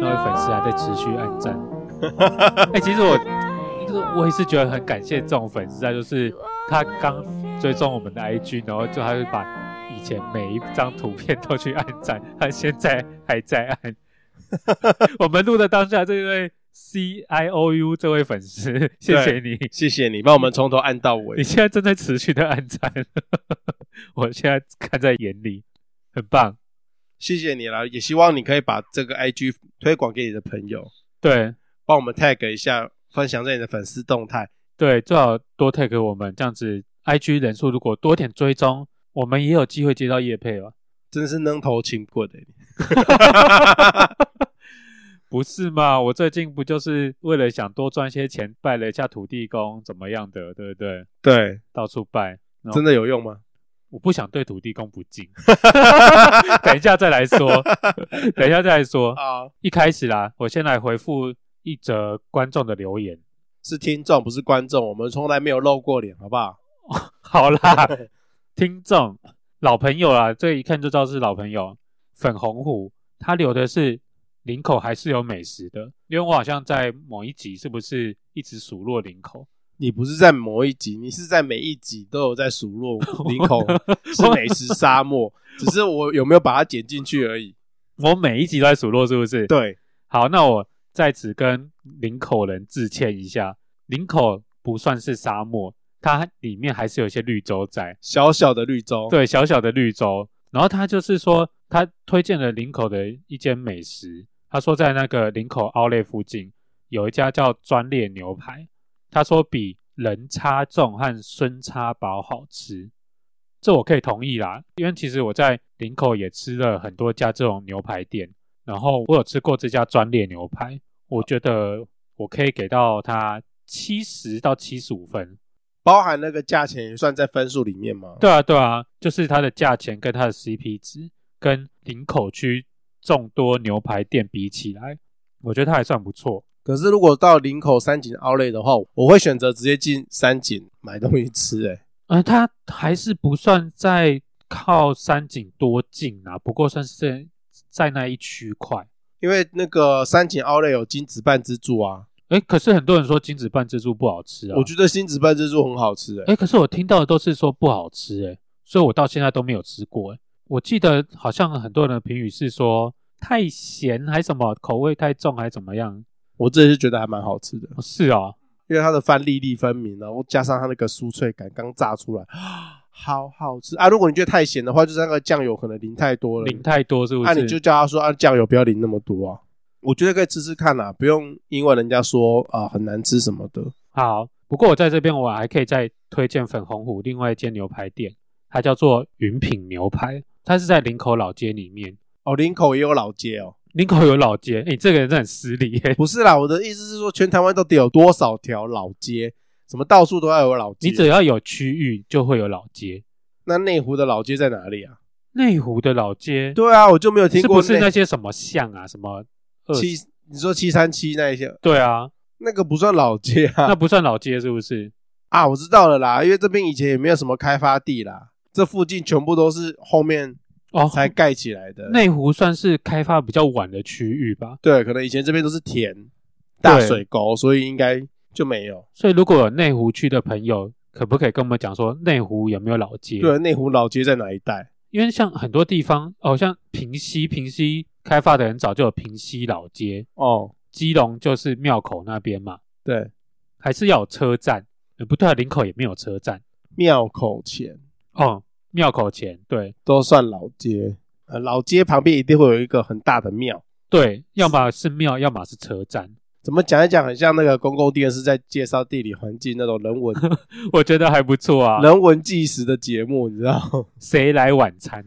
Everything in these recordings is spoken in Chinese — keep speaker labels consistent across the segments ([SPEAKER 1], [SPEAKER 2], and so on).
[SPEAKER 1] 粉丝还在持续按赞。哎、其实我就是我也是觉得很感谢这种粉丝啊，就是他刚追踪我们的 IG，然后就他会把以前每一张图片都去按赞，他现在还在按。我们录的当下，这位 C I O U 这位粉丝，谢谢你，
[SPEAKER 2] 谢谢你帮我们从头按到尾
[SPEAKER 1] 你。现在正在持续的按赞， 我现在看在眼里，很棒。
[SPEAKER 2] 谢谢你啦，也希望你可以把这个 IG 推广给你的朋友，
[SPEAKER 1] 对
[SPEAKER 2] 帮我们 tag 一下，分享在你的粉丝动态。
[SPEAKER 1] 对，最好多 take 我们这样子，IG 人数如果多点追踪，我们也有机会接到叶配哦吧？
[SPEAKER 2] 真是能头青棍的、
[SPEAKER 1] 不是嘛？我最近不就是为了想多赚些钱，拜了一下土地公，怎么样的，对不对？
[SPEAKER 2] 对，
[SPEAKER 1] 到处拜，然后
[SPEAKER 2] 真的有用吗？
[SPEAKER 1] 我不想对土地公不敬，等一下再来说， 等一下再来说。
[SPEAKER 2] 啊，
[SPEAKER 1] 一开始啦，我先来回复一则观众的留言。
[SPEAKER 2] 是听众不是观众，我们从来没有露过脸，好不好？
[SPEAKER 1] 好啦，听众老朋友啦，这一看就知道是老朋友。粉红虎他留的是林口还是有美食的，因为我好像在某一集是不是一直数落林口？
[SPEAKER 2] 你不是在某一集，你是在每一集都有在数落林口是美食沙漠，只是我有没有把它剪进去而已。
[SPEAKER 1] 我每一集都在数落，是不是？。
[SPEAKER 2] 对，
[SPEAKER 1] 好，那我在此跟林口人致歉一下，林口不算是沙漠，它里面还是有一些绿洲在。
[SPEAKER 2] 小小的绿洲，，
[SPEAKER 1] 对，小小的绿洲。然后他就是说，他推荐了林口的一间美食，他说在那个林口奥莱附近有一家叫专列牛排，他说比人叉重和孙叉堡好吃。这我可以同意啦，因为其实我在林口也吃了很多家这种牛排店，然后我有吃过这家专列牛排，我觉得我可以给到它七十到七十五分。
[SPEAKER 2] 包含那个价钱也算在分数里面吗？
[SPEAKER 1] 对啊，对啊，就是它的价钱跟它的 CP 值，跟林口区众多牛排店比起来，我觉得它还算不错。
[SPEAKER 2] 可是如果到林口三井奥莱的话，我会选择直接进三井买东西吃、欸。
[SPEAKER 1] 嗯、它还是不算在靠山景多近啊，不过算是在在那一区块。
[SPEAKER 2] 因为那个三井奥莱有金子半之助啊，
[SPEAKER 1] 哎，可是很多人说金子半蜘蛛不好吃啊，
[SPEAKER 2] 我觉得金子半之助很好吃、欸。
[SPEAKER 1] 哎，可是我听到的都是说不好吃哎，所以我到现在都没有吃过哎。我记得好像很多人的评语是说太咸还什么口味太重还怎么样？
[SPEAKER 2] 我自己是觉得还蛮好吃的，
[SPEAKER 1] 哦是哦，
[SPEAKER 2] 因为它的饭粒粒分明，然后加上它那个酥脆感刚炸出来， 好好吃啊！如果你觉得太咸的话，就是那个酱油可能淋太多了，
[SPEAKER 1] 零太多是不是？
[SPEAKER 2] 啊，你就叫他说啊，酱油不要淋那么多啊。我觉得可以吃吃看啦、不用因为人家说啊、很难吃什么的。
[SPEAKER 1] 好。不过我在这边我还可以再推荐粉红虎另外一间牛排店，它叫做云品牛排，它是在林口老街里面。
[SPEAKER 2] 哦，林口也有老街哦，
[SPEAKER 1] 林口有老街，诶，你这个人真的很失礼耶！
[SPEAKER 2] 不是啦，我的意思是说，全台湾到底有多少条老街？什么到处都要有老街？
[SPEAKER 1] 你只要有区域就会有老街，
[SPEAKER 2] 那内湖的老街在哪里啊？
[SPEAKER 1] 内湖的老街，
[SPEAKER 2] 对啊，我就没有听
[SPEAKER 1] 是
[SPEAKER 2] 过
[SPEAKER 1] 不是那呃些什么巷啊，什么二
[SPEAKER 2] 七，你说七三七那一些，
[SPEAKER 1] 对啊，
[SPEAKER 2] 那个不算老街啊
[SPEAKER 1] 那。不算老街是不是？
[SPEAKER 2] 啊，我知道了啦，因为这边以前也没有什么开发地啦，这附近全部都是后面
[SPEAKER 1] 哦，
[SPEAKER 2] 才盖起来的。
[SPEAKER 1] 内湖算是开发比较晚的区域吧，
[SPEAKER 2] 对，可能以前这边都是田、大
[SPEAKER 1] 对
[SPEAKER 2] 水沟，所以应该就没有。
[SPEAKER 1] 所以如果有内湖区的朋友，可不可以跟我们讲说内湖有没有老街？
[SPEAKER 2] 对，啊内湖老街在哪一带？
[SPEAKER 1] 因为像很多地方，哦，像平西，平西开发的很早就有平西老街，
[SPEAKER 2] 哦，
[SPEAKER 1] 基隆就是庙口那边嘛，
[SPEAKER 2] 对，
[SPEAKER 1] 还是要有车站。呃不对、啊，林口也没有车站
[SPEAKER 2] 庙口前
[SPEAKER 1] 哦，庙口前，对
[SPEAKER 2] 都算老街。呃，老街旁边一定会有一个很大的庙。
[SPEAKER 1] 对，要么是庙，要么是车站。
[SPEAKER 2] 怎么讲一讲，很像那个公共电视在介绍地理环境那种人 文、
[SPEAKER 1] 我觉得还不错啊。
[SPEAKER 2] 人文纪实的节目，你知道？
[SPEAKER 1] 谁来晚餐？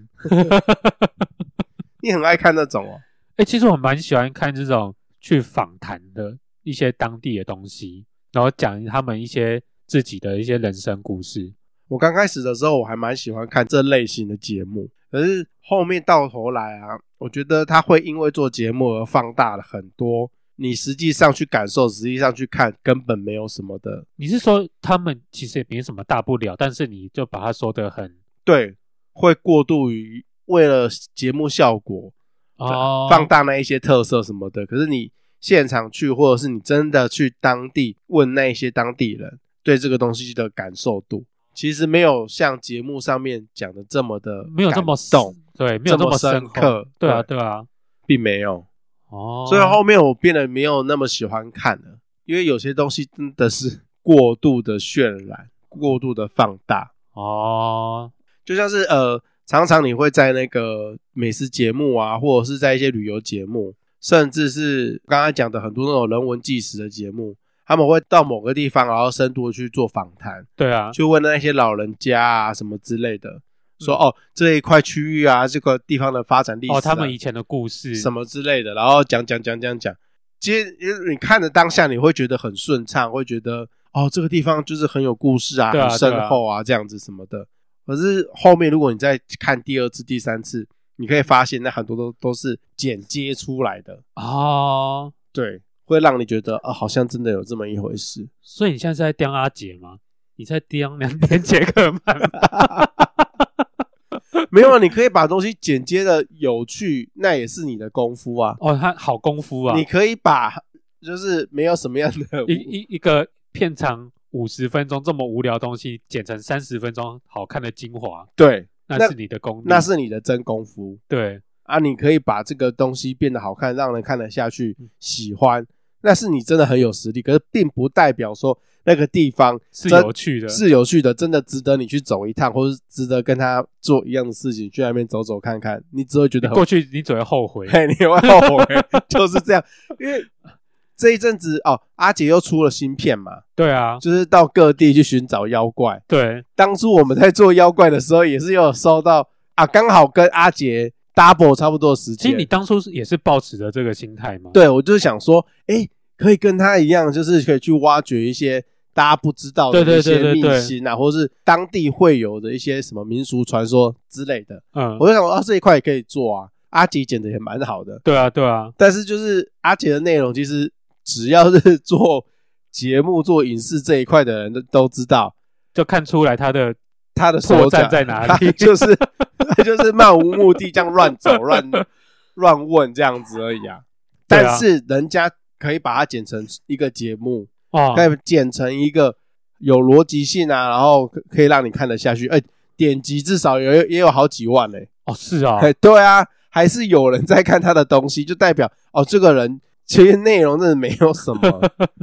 [SPEAKER 2] 你很爱看那种哦。
[SPEAKER 1] 哎、其实我蛮喜欢看这种去访谈的一些当地的东西，然后讲他们一些自己的一些人生故事。
[SPEAKER 2] 我刚开始的时候，我还蛮喜欢看这类型的节目，可是后面到头来啊，我觉得它会因为做节目而放大了很多你实际上去感受、实际上去看根本没有什么的。
[SPEAKER 1] 你是说他们其实也没什么大不了，但是你就把它说得很
[SPEAKER 2] 对，会过度于为了节目效果
[SPEAKER 1] 哦，
[SPEAKER 2] 放大那一些特色什么的。可是你现场去，或者是你真的去当地问那一些当地人对这个东西的感受度，其实没有像节目上面讲的这么的
[SPEAKER 1] 没有这么
[SPEAKER 2] 感动，，
[SPEAKER 1] 对，没有
[SPEAKER 2] 这么
[SPEAKER 1] 么
[SPEAKER 2] 深
[SPEAKER 1] 厚
[SPEAKER 2] 刻
[SPEAKER 1] 对啊，
[SPEAKER 2] 对
[SPEAKER 1] 对啊，
[SPEAKER 2] 并没有。
[SPEAKER 1] 哦，
[SPEAKER 2] 所以后面我变得没有那么喜欢看了，因为有些东西真的是过度的渲染，过度的放大。
[SPEAKER 1] 哦，
[SPEAKER 2] 就像是呃，常常你会在那个美食节目啊，或者是在一些旅游节目，甚至是刚刚讲的很多那种人文纪实的节目，他们会到某个地方，然后深度地去做访谈，
[SPEAKER 1] 对啊，
[SPEAKER 2] 去问那些老人家啊什么之类的，说、哦这一块区域啊，这个地方的发展历史
[SPEAKER 1] 嗯
[SPEAKER 2] 啊、
[SPEAKER 1] 哦，他们以前的故事
[SPEAKER 2] 什么之类的，然后讲讲讲讲讲，其实因为你看着当下，你会觉得很顺畅，会觉得哦，这个地方就是很有故事啊，
[SPEAKER 1] 对啊
[SPEAKER 2] 很深厚啊，这样子什么的。可是后面如果你再看第二次、第三次，你可以发现那很多都都是剪接出来的，
[SPEAKER 1] 哦，
[SPEAKER 2] 对，会让你觉得哦，好像真的有这么一回 事。
[SPEAKER 1] 所以你现在是在刁阿杰吗？你在刁两点杰克曼吗？
[SPEAKER 2] 没有，啊，你可以把东西剪接的有趣，那也是你的功夫啊。
[SPEAKER 1] 哦，他好功夫啊！
[SPEAKER 2] 你可以把就是没有什么样的
[SPEAKER 1] 一一一个片长五十分钟这么无聊的东西，剪成三十分钟好看的精华，
[SPEAKER 2] 对，那
[SPEAKER 1] 那是你的功力，
[SPEAKER 2] 那是你的真功夫。
[SPEAKER 1] 对
[SPEAKER 2] 啊，你可以把这个东西变得好看，让人看得下去、
[SPEAKER 1] 嗯
[SPEAKER 2] 喜欢，那是你真的很有实力。可是并不代表说那个地方
[SPEAKER 1] 是
[SPEAKER 2] 真
[SPEAKER 1] 有趣的，
[SPEAKER 2] 是有趣的，真的值得你去走一趟，或是值得跟他做一样的事情，去那边走走看看，你只会觉
[SPEAKER 1] 你
[SPEAKER 2] 得很
[SPEAKER 1] 过去你只会后悔。
[SPEAKER 2] 嘿，你会后悔， 就是这样。因为这一阵子哦，阿杰又出了新片嘛，
[SPEAKER 1] 对啊，
[SPEAKER 2] 就是到各地去寻找妖怪。
[SPEAKER 1] 对，
[SPEAKER 2] 当初我们在做妖怪的时候，也是有收到啊，刚好跟阿杰 double 差不多的时
[SPEAKER 1] 其
[SPEAKER 2] 间。
[SPEAKER 1] 实你当初是也是抱持着这个心态嘛。
[SPEAKER 2] 对，我就是想说，哎、可以跟他一样，就是可以去挖掘一些大家不知道的
[SPEAKER 1] 对对
[SPEAKER 2] 一些
[SPEAKER 1] 对对
[SPEAKER 2] 秘
[SPEAKER 1] 对
[SPEAKER 2] 辛啊，或是当地会有的一些什么民俗传说之类的。
[SPEAKER 1] 嗯
[SPEAKER 2] 我，就想说，啊，这一块也可以做啊。阿杰剪的也蛮好的，
[SPEAKER 1] 对啊，对啊，
[SPEAKER 2] 但是就是阿杰的内容，其实只要是做节目、做影视这一块的人都都知道
[SPEAKER 1] 就看出来他的
[SPEAKER 2] 他的手
[SPEAKER 1] 破
[SPEAKER 2] 感
[SPEAKER 1] 绽在哪
[SPEAKER 2] 他
[SPEAKER 1] 里。
[SPEAKER 2] 就是他就是漫无目的这样乱走、 乱乱问这样子而已啊。
[SPEAKER 1] 对啊
[SPEAKER 2] 但是人家可以把它剪成一个节目，
[SPEAKER 1] 哦，
[SPEAKER 2] 可以剪成一个有逻辑性啊，然后可可以让你看得下去。哎、点击至少有也有好几万嘞、
[SPEAKER 1] 哦，是啊
[SPEAKER 2] 哎、，对啊，还是有人在看他的东西，就代表哦，这个人其实内容真的没有什 么，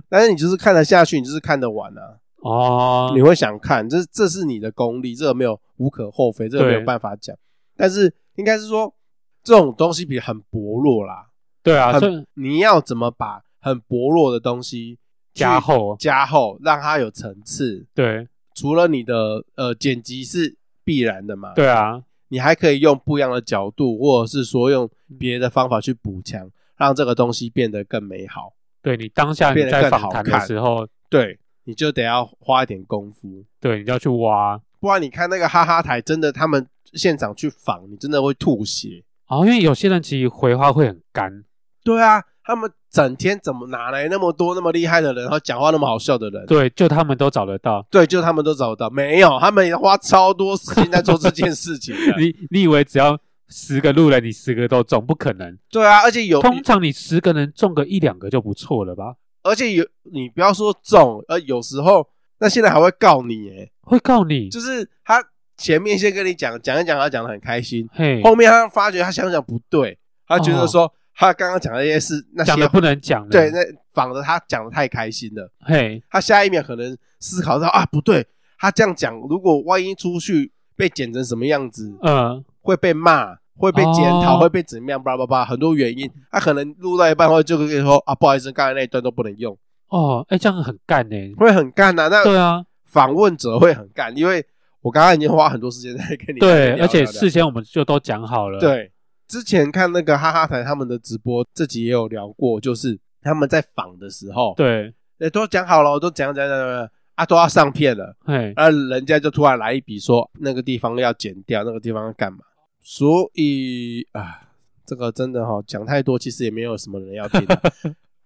[SPEAKER 2] 但是你就是看得下去，你就是看得完啊，
[SPEAKER 1] 哦
[SPEAKER 2] 你，会想看，这这是你的功力，这个没有无可厚非，这个没有
[SPEAKER 1] 对
[SPEAKER 2] 办法讲。但是应该是说这种东西比很薄弱啦，
[SPEAKER 1] 对啊，
[SPEAKER 2] 很
[SPEAKER 1] 所以
[SPEAKER 2] 你要怎么把很薄弱的东西去
[SPEAKER 1] 加厚，
[SPEAKER 2] 加厚，让它有层次。
[SPEAKER 1] 对，
[SPEAKER 2] 除了你的呃剪辑是必然的嘛，，
[SPEAKER 1] 对啊，
[SPEAKER 2] 你还可以用不一样的角度，或者是说用
[SPEAKER 1] 嗯
[SPEAKER 2] 别的方法去补强，让这个东西变得更美好。
[SPEAKER 1] 对你当下你
[SPEAKER 2] 变得
[SPEAKER 1] 在
[SPEAKER 2] 更
[SPEAKER 1] 访
[SPEAKER 2] 好
[SPEAKER 1] 谈的
[SPEAKER 2] 看
[SPEAKER 1] 时候，
[SPEAKER 2] 对，你就得要花一点功夫，
[SPEAKER 1] 对，你就要去挖
[SPEAKER 2] 不然你看那个哈哈台，真的他们现场去仿，你真的会吐血。
[SPEAKER 1] 哦，因为有些人其实回话会很干，
[SPEAKER 2] 对啊，他们整天怎么哪来那么多那么厉害的人，然后讲话那么好笑的人？
[SPEAKER 1] 对，就他们都找得到。
[SPEAKER 2] 对，就他们都找得到，没有，他们也花超多时间在做这件事情啊的
[SPEAKER 1] 你你以为只要十个路人，你十个都中，不可能。
[SPEAKER 2] 对啊，而且有
[SPEAKER 1] 通常你十个人中个一两个就不错了吧？
[SPEAKER 2] 而且有你不要说中，呃，有时候那现在还会告你，诶，
[SPEAKER 1] 会告你，
[SPEAKER 2] 就是他前面先跟你讲讲一讲，他讲的很开心，
[SPEAKER 1] 嘿，
[SPEAKER 2] 后面他发觉他想想不对，他
[SPEAKER 1] 哦
[SPEAKER 2] 觉得说、他刚刚讲的那些事，那些
[SPEAKER 1] 讲的不能讲了，
[SPEAKER 2] 对，那仿的他讲的太开心了，
[SPEAKER 1] 嘿，
[SPEAKER 2] 他下一秒可能思考到啊不对，他这样讲，如果万一出去被剪成什么样子，
[SPEAKER 1] 嗯，
[SPEAKER 2] 会被骂，会被检讨，
[SPEAKER 1] 哦
[SPEAKER 2] 会被怎么样，巴拉巴拉，很多原因，他可能录到一半后就跟你说啊，不好意思，刚才那一段都不能用，
[SPEAKER 1] 哦，哎，这样很干呢。
[SPEAKER 2] 会很干呐、那
[SPEAKER 1] 对啊，
[SPEAKER 2] 访问者会很干，因为我刚刚已经花很多时间在跟你
[SPEAKER 1] 对，
[SPEAKER 2] 聊
[SPEAKER 1] 而且
[SPEAKER 2] 聊聊
[SPEAKER 1] 事先我们就都讲好了，，
[SPEAKER 2] 对之前看那个哈哈台他们的直播，自己也有聊过，就是他们在访的时候，
[SPEAKER 1] 对，
[SPEAKER 2] 对，都讲好了，都讲讲讲讲啊，都要上片了，
[SPEAKER 1] 嘿，
[SPEAKER 2] 啊，人家就突然来一笔说那个地方要剪掉，那个地方要干嘛，所以啊，这个真的哈、讲太多，其实也没有什么人要听、啊，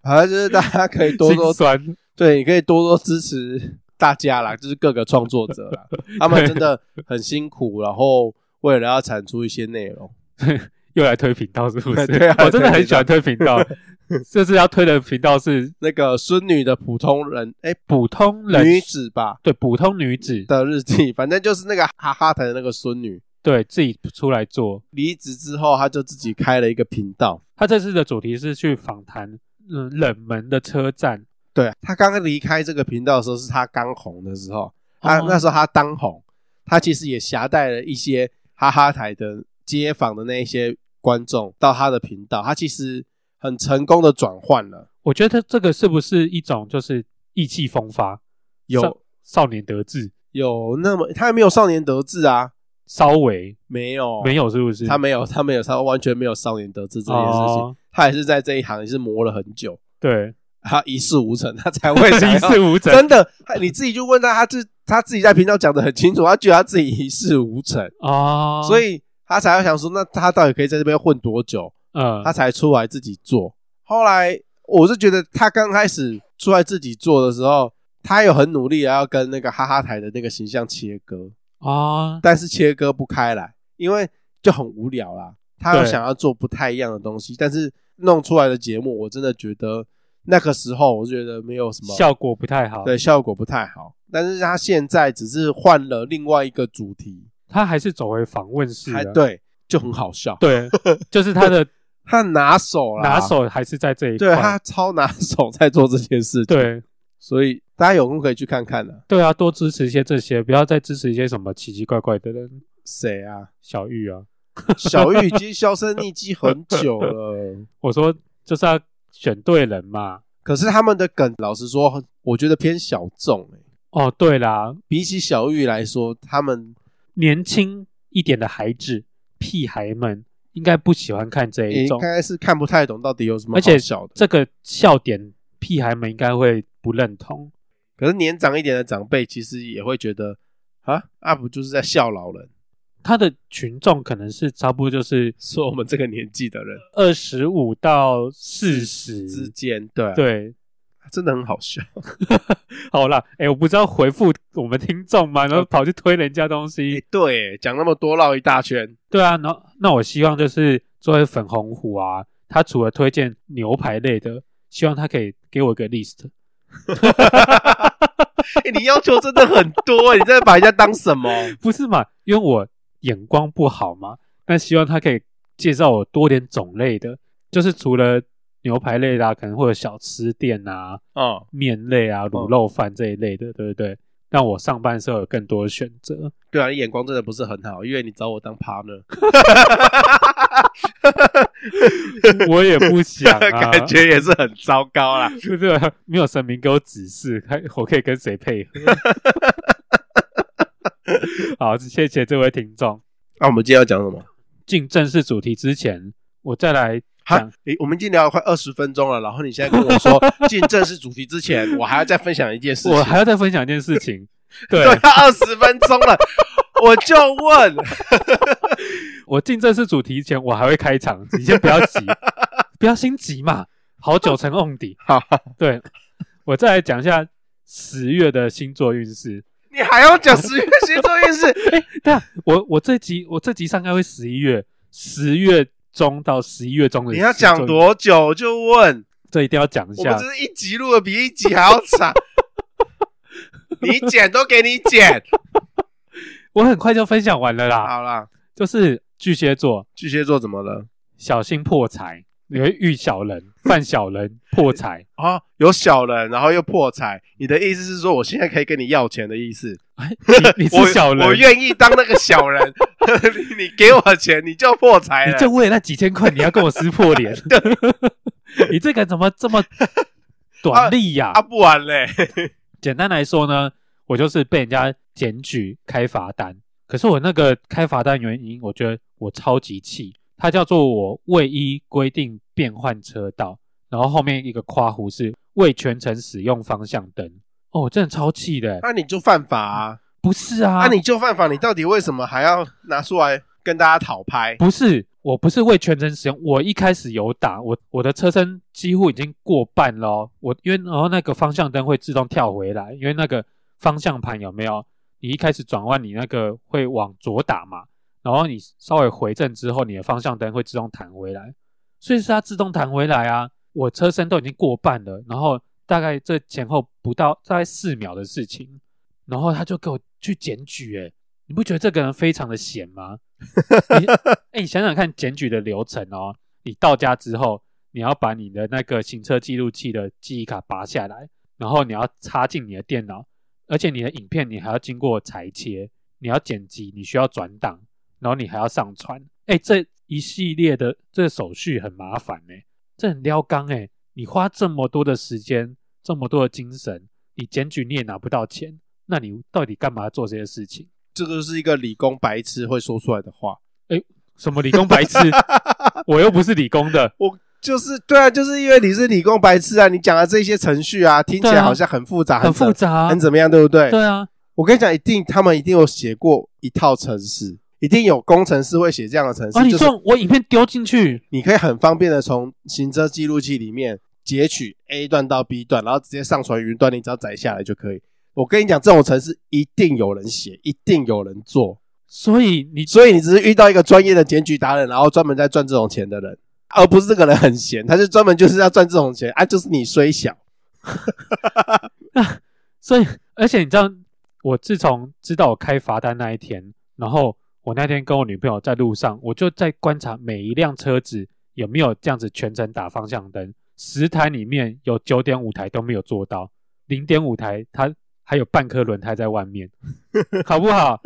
[SPEAKER 2] 好像就是大家可以多
[SPEAKER 1] 心
[SPEAKER 2] 多
[SPEAKER 1] 酸，
[SPEAKER 2] 对，你可以多多支持大家啦，就是各个创作者啦，他们真的很辛苦，然后为了要产出一些内容，
[SPEAKER 1] 又来推频道是不是？
[SPEAKER 2] 对啊
[SPEAKER 1] 我真的很喜欢
[SPEAKER 2] 推
[SPEAKER 1] 推频道，这次要推的频道是
[SPEAKER 2] 那个孙女的普通人，哎、
[SPEAKER 1] 普通人
[SPEAKER 2] 女子吧
[SPEAKER 1] 对普通女子
[SPEAKER 2] 的日记，反正就是那个哈哈台的那个孙女，
[SPEAKER 1] 对自己出来做。
[SPEAKER 2] 离职之后，她就自己开了一个频道。
[SPEAKER 1] 他这次的主题是去访谈嗯冷门的车站，
[SPEAKER 2] 对她刚刚离开这个频道的时候，是她刚红的时候，她、
[SPEAKER 1] 哦
[SPEAKER 2] 啊那时候她当红，她其实也携带了一些哈哈台的街访的那一些观众到她的频道，她其实很成功的转换了，
[SPEAKER 1] 我觉得这个是不是一种就是意气风发，
[SPEAKER 2] 有
[SPEAKER 1] 少少年得志，
[SPEAKER 2] 有那么她没有少年得志啊，
[SPEAKER 1] 稍微
[SPEAKER 2] 没有
[SPEAKER 1] 没有是不是？
[SPEAKER 2] 哦他没有，他没有，他完全没有少年得志这件事情。
[SPEAKER 1] 哦
[SPEAKER 2] 他也是在这一行也是磨了很久，
[SPEAKER 1] 对，
[SPEAKER 2] 他一事无成，他才会想
[SPEAKER 1] 一
[SPEAKER 2] 要
[SPEAKER 1] 事无成，
[SPEAKER 2] 真 的。他哎你自己就问他，他自他自己在频道讲的很清楚，他觉得他自己一事无成，
[SPEAKER 1] 哦，
[SPEAKER 2] 所以他才要想说，那他到底可以在这边混多久，
[SPEAKER 1] 嗯
[SPEAKER 2] 他，才出来自己做。后来我是觉得他刚开始出来自己做的时候，他有很努力的要跟那个哈哈台的那个形象切割，
[SPEAKER 1] 哦，
[SPEAKER 2] 但是切割不开来，因为就很无聊啦。他有
[SPEAKER 1] 对
[SPEAKER 2] 想要做不太一样的东西，但是弄出来的节目，我真的觉得那个时候我觉得没有什么
[SPEAKER 1] 效果不太好，
[SPEAKER 2] 对效果不太好。但是他现在只是换了另外一个主题，
[SPEAKER 1] 他还是走回访问式
[SPEAKER 2] 还
[SPEAKER 1] 的，
[SPEAKER 2] 对就很好笑。
[SPEAKER 1] 对，就是他的
[SPEAKER 2] 他拿手啦，
[SPEAKER 1] 拿，手还是在这一
[SPEAKER 2] 对
[SPEAKER 1] 块，
[SPEAKER 2] 他超拿手在做这件事情。，
[SPEAKER 1] 对
[SPEAKER 2] 所以大家有空可以去看看啊。
[SPEAKER 1] 对啊，多支持一些这些，不要再支持一些什么奇奇怪怪的人，
[SPEAKER 2] 谁啊？
[SPEAKER 1] 小玉啊，
[SPEAKER 2] 小玉已经销声匿迹很久了。
[SPEAKER 1] 我说就是要选对人嘛。
[SPEAKER 2] 可是他们的梗，老实说，我觉得偏小众、欸、
[SPEAKER 1] 哦，对啦，
[SPEAKER 2] 比起小玉来说，他们
[SPEAKER 1] 年轻一点的孩子、屁孩们应该不喜欢看这一
[SPEAKER 2] 应
[SPEAKER 1] 种，
[SPEAKER 2] 该是看不太懂到底有什么
[SPEAKER 1] 而且
[SPEAKER 2] 好笑的。
[SPEAKER 1] 这个笑点，屁孩们应该会不认同。
[SPEAKER 2] 可是年长一点的长辈其实也会觉得啊，啊不就是在笑老人，
[SPEAKER 1] 他的群众可能是差不多就是
[SPEAKER 2] 说我们这个年纪的人
[SPEAKER 1] 二十五到四
[SPEAKER 2] 之
[SPEAKER 1] 十，
[SPEAKER 2] 间，对、啊，
[SPEAKER 1] 对，
[SPEAKER 2] 真的很好笑。
[SPEAKER 1] 好啦，哎、我不知道回复我们听众 嘛，然后跑去推人家东西，
[SPEAKER 2] 诶对欸，讲那么多绕一大 圈，
[SPEAKER 1] 对啊，那那我希望就是作为粉红虎啊，他除了推荐牛排类的，希望他可以给我一个 list。
[SPEAKER 2] 欸你要求真的很多、欸，你在把人家当什么？
[SPEAKER 1] 不是嘛？因为我眼光不好嘛，那希望他可以介绍我多点种类的，就是除了牛排类的、啊，可能会有小吃店啊、
[SPEAKER 2] 哦，
[SPEAKER 1] 面类啊、卤肉饭这一类的，对不对？让我上班时候有更多的选择。
[SPEAKER 2] 对啊，你眼光真的不是很好，因为你找我当 partner，
[SPEAKER 1] 我也不 想啊，
[SPEAKER 2] 感觉也是很糟糕 啦。
[SPEAKER 1] 对对，没有神明给我指示，看我可以跟谁配合。 好，谢谢这位听众。
[SPEAKER 2] 啊那、我们今天要讲什么？
[SPEAKER 1] 进正式主题之前，我再来
[SPEAKER 2] 好
[SPEAKER 1] 讲，
[SPEAKER 2] 诶，我们已经聊了快二十分钟了，然后你现在跟我 说进正式主题之前，我还要再分享一件事情。
[SPEAKER 1] 我还要再分享一件事情。对
[SPEAKER 2] 对，二十分钟了，我就问，
[SPEAKER 1] 我进正式主题前，我还会开场，你先不要 急，不要心急嘛，好久成瓮底。
[SPEAKER 2] 好，
[SPEAKER 1] 对我再来讲一下十月的星座运势。
[SPEAKER 2] 你还要讲十月星座运势？
[SPEAKER 1] 哎，对啊，我我这集我这集上该会十一月，十月中到十一月中的
[SPEAKER 2] 你要
[SPEAKER 1] 星座
[SPEAKER 2] 讲
[SPEAKER 1] 运
[SPEAKER 2] 多久就问？
[SPEAKER 1] 这一定要讲一
[SPEAKER 2] 我们
[SPEAKER 1] 下
[SPEAKER 2] 这。是一集录的比一集还要 长，你剪都给你剪。
[SPEAKER 1] 我很快就分享完了啦，
[SPEAKER 2] 好啦，
[SPEAKER 1] 就是巨蟹座
[SPEAKER 2] 巨蟹座怎么了？
[SPEAKER 1] 小心破财，你会遇小人、犯小人、破财。
[SPEAKER 2] 啊、有小人，然后又破财。你的意思是说，我现在可以跟你要钱的意思？
[SPEAKER 1] 你你
[SPEAKER 2] 我
[SPEAKER 1] 是小人，
[SPEAKER 2] 我愿意当那个小人。 你你给我钱，你就破财
[SPEAKER 1] 你
[SPEAKER 2] 了。
[SPEAKER 1] 就为了那几千块，你要跟我撕破 脸？ 你这个怎么这么短利呀、
[SPEAKER 2] 啊，不玩嘞。
[SPEAKER 1] 简单来说呢，我就是被人家检举开罚单。可是我那个开罚单原因，我觉得我超级气。它叫做我未依规定变换车道，然后后面一个括弧是未全程使用方向灯。哦，我真的超气的、
[SPEAKER 2] 那、你就犯法啊！
[SPEAKER 1] 不是啊，
[SPEAKER 2] 那、你就犯法，你到底为什么还要拿出来跟大家讨拍？
[SPEAKER 1] 不是，我不是为全程使用，我一开始有打，我我的车身几乎已经过半了哦、我因为然后那个方向灯会自动跳回来，因为那个方向盘有没有？你一开始转弯，你那个会往左打嘛，然后你稍微回正之后，你的方向灯会自动弹回来，所以是它自动弹回来啊。我车身都已经过半了，然后大概这前后不到大概四秒的事情，然后他就给我去检举、欸，哎，你不觉得这个人非常的闲吗？你哎、你想想看检举的流程哦，你到家之后，你要把你的那个行车记录器的记忆卡拔下来，然后你要插进你的电脑，而且你的影片你还要经过裁切，你要剪辑，你需要转档，然后你还要上传，哎、这一系列的这手续很麻烦呢、这很撩刚哎，你花这么多的时间，这么多的精神，你检举你也拿不到钱，那你到底干嘛做这些事情？
[SPEAKER 2] 这个是一个理工白痴会说出来的话。
[SPEAKER 1] 什么理工白痴？ 我又不是理工的，
[SPEAKER 2] 就是对啊，就是因为你是理工白痴啊，你讲的这些程序啊，听起
[SPEAKER 1] 对
[SPEAKER 2] 来
[SPEAKER 1] 啊
[SPEAKER 2] 好像很复杂，
[SPEAKER 1] 很复
[SPEAKER 2] 怎
[SPEAKER 1] 杂啊、
[SPEAKER 2] 很怎么样，对不对？
[SPEAKER 1] 对啊，
[SPEAKER 2] 我跟你讲，一定他们一定有写过一套程式，一定有工程师会写这样的程式，
[SPEAKER 1] 啊，你
[SPEAKER 2] 就是
[SPEAKER 1] 说我影片丢进去，
[SPEAKER 2] 你可以很方便的从行车记录器里面截取 A 段到 B 段，然后直接上传云端，你只要载下来就可以。我跟你讲，这种程式一定有人写，一定有人做，
[SPEAKER 1] 所以你
[SPEAKER 2] 所以你只是遇到一个专业的检举达人，然后专门在赚这种钱的人，而不是这个人很闲，他就专门就是要赚这种钱啊，就是你虽小，
[SPEAKER 1] 所以，而且你知道，我自从知道我开罚单那一天，然后我那天跟我女朋友在路上，我就在观察每一辆车子有没有这样子全程打方向灯，十台里面有九点五台都没有做到，零点五台它还有半颗轮胎在外面，好不 好？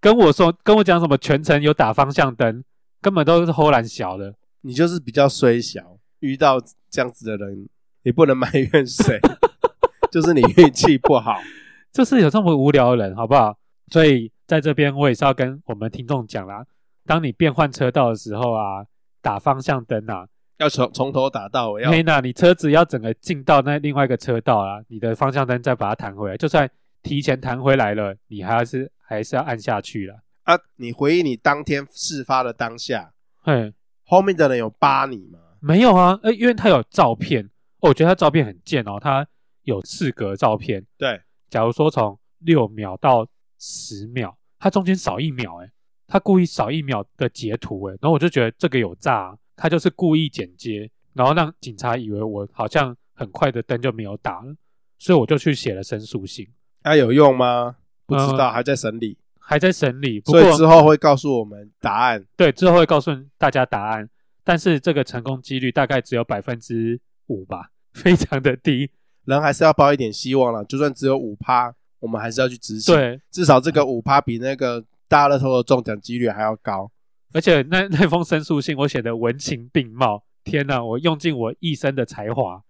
[SPEAKER 1] 跟我说，跟我讲什么全程有打方向灯，根本都是偷懒小的。
[SPEAKER 2] 你就是比较虽小，遇到这样子的人，你不能埋 怨谁，就是你运气不好。
[SPEAKER 1] 就是有这么无聊的人，好不好？所以在这边我也是要跟我们听众讲啦，当你变换车道的时候啊，打方向灯啊，
[SPEAKER 2] 要从从头打到尾，要
[SPEAKER 1] 嘿娜，你车子要整个进到那另外一个车道啊，你的方向灯再把它弹回来，就算提前弹回来了，你还是还是要按下去了。
[SPEAKER 2] 啊！你回忆你当天事发的当下，
[SPEAKER 1] 嘿，
[SPEAKER 2] 后面的人有扒你吗？
[SPEAKER 1] 没有啊，呃，因为他有照片，哦我觉得他照片很贱哦，他有四格照片，
[SPEAKER 2] 对，
[SPEAKER 1] 假如说从六秒到十秒，它中间少一秒、欸，他故意少一秒的截图、欸，然后我就觉得这个有诈啊、他就是故意剪接，然后让警察以为我好像很快的灯就没有打了，所以我就去写了申诉信，
[SPEAKER 2] 啊，有用吗？不知道，
[SPEAKER 1] 嗯
[SPEAKER 2] 还在审理，
[SPEAKER 1] 还在审理，不
[SPEAKER 2] 所以之
[SPEAKER 1] 过
[SPEAKER 2] 后会告诉我们答案。
[SPEAKER 1] 对之后会告诉大家答案，但是这个成功几率大概只有百分之五吧，非常的低，
[SPEAKER 2] 人还是要抱一点希望了，就算只有五趴，我们还是要去执行。，
[SPEAKER 1] 对，
[SPEAKER 2] 至少这个五趴比那个大乐透的中奖几率还要高。
[SPEAKER 1] 而且那那封申诉信我写的文情并茂，天哪，我用尽我一生的才华。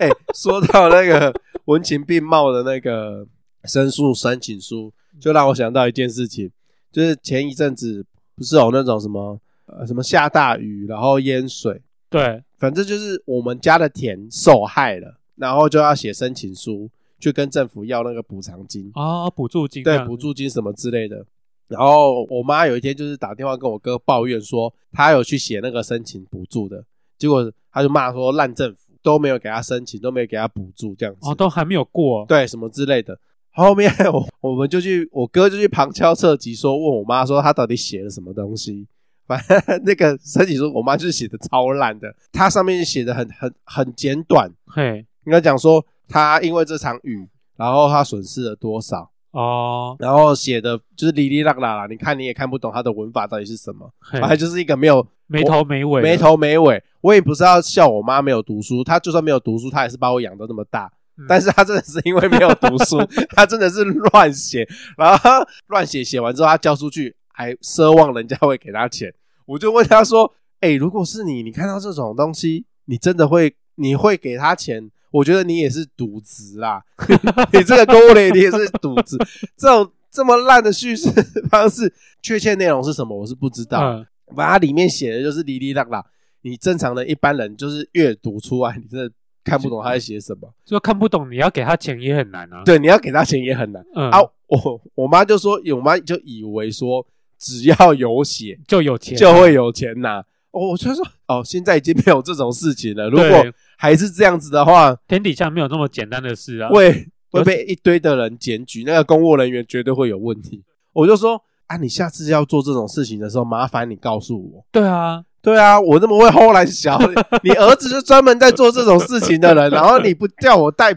[SPEAKER 2] 哎、说到那个文情并茂的那个申诉申请书，就让我想到一件事情，就是前一阵子不是有那种什么呃什么下大雨，然后淹水，
[SPEAKER 1] 对，
[SPEAKER 2] 反正就是我们家的田受害了，然后就要写申请书去跟政府要那个补偿金，
[SPEAKER 1] 哦，补助金这
[SPEAKER 2] 对
[SPEAKER 1] 样
[SPEAKER 2] 补助金什么之类的。然后我妈有一天就是打电话跟我哥抱怨说，她有去写那个申请补助的，结果她就骂说烂政府都没有给她申请，都没有给她补助这样子。
[SPEAKER 1] 哦，都还没有过，
[SPEAKER 2] 对什么之类的。后面我 我们就去，我哥就去旁敲侧击说，问我妈说他到底写了什么东西。反正那个申请书，我妈就是写的超烂的，它上面写的很很很简短，
[SPEAKER 1] 嘿，
[SPEAKER 2] 应该讲说他因为这场雨，然后他损失了多少，
[SPEAKER 1] 哦，
[SPEAKER 2] 然后写的就是哩哩啦啦啦，你看你也看不懂他的文法到底是什么，
[SPEAKER 1] 嘿
[SPEAKER 2] 反正就是一个没有
[SPEAKER 1] 没头没尾，
[SPEAKER 2] 没，头没尾。我也不是要笑我妈没有读书，她就算没有读书，她也是把我养到那么大。
[SPEAKER 1] 嗯
[SPEAKER 2] 但是她真的是因为没有读 书，她真的是乱写，然后乱写写完之后，她交出去还奢望人家会给她钱。我就问她说：“哎、如果是你，你看到这种东西，你真的会你会给她钱？”我觉得你也是赌子啦， 你这个勾勒你也是赌子，这种这么烂的叙事方式，确切内容是什么我是不知道。
[SPEAKER 1] 嗯，
[SPEAKER 2] 把它里面写的就是哩哩啦啦，你正常的一般人就是阅读出来，你真的看不懂他在写什么。
[SPEAKER 1] 就看不懂，你要给他钱也很难啊，
[SPEAKER 2] 对，你要给他钱也很难
[SPEAKER 1] 嗯，
[SPEAKER 2] 啊。我我妈就说，我妈就以为说只要有写
[SPEAKER 1] 就有钱，
[SPEAKER 2] 就会有钱拿。哦，我就说哦，现在已经没有这种事情了。如
[SPEAKER 1] 对
[SPEAKER 2] 果还是这样子的话，
[SPEAKER 1] 天底下没有那么简单的事啊，
[SPEAKER 2] 会会被一堆的人检举，那个公务人员绝对会有问题。我就说，啊，你下次要做这种事情的时候，麻烦你告诉我。
[SPEAKER 1] 对啊，
[SPEAKER 2] 对啊，我那么会后来小， 你儿子就专门在做这种事情的人，然后你不叫我代，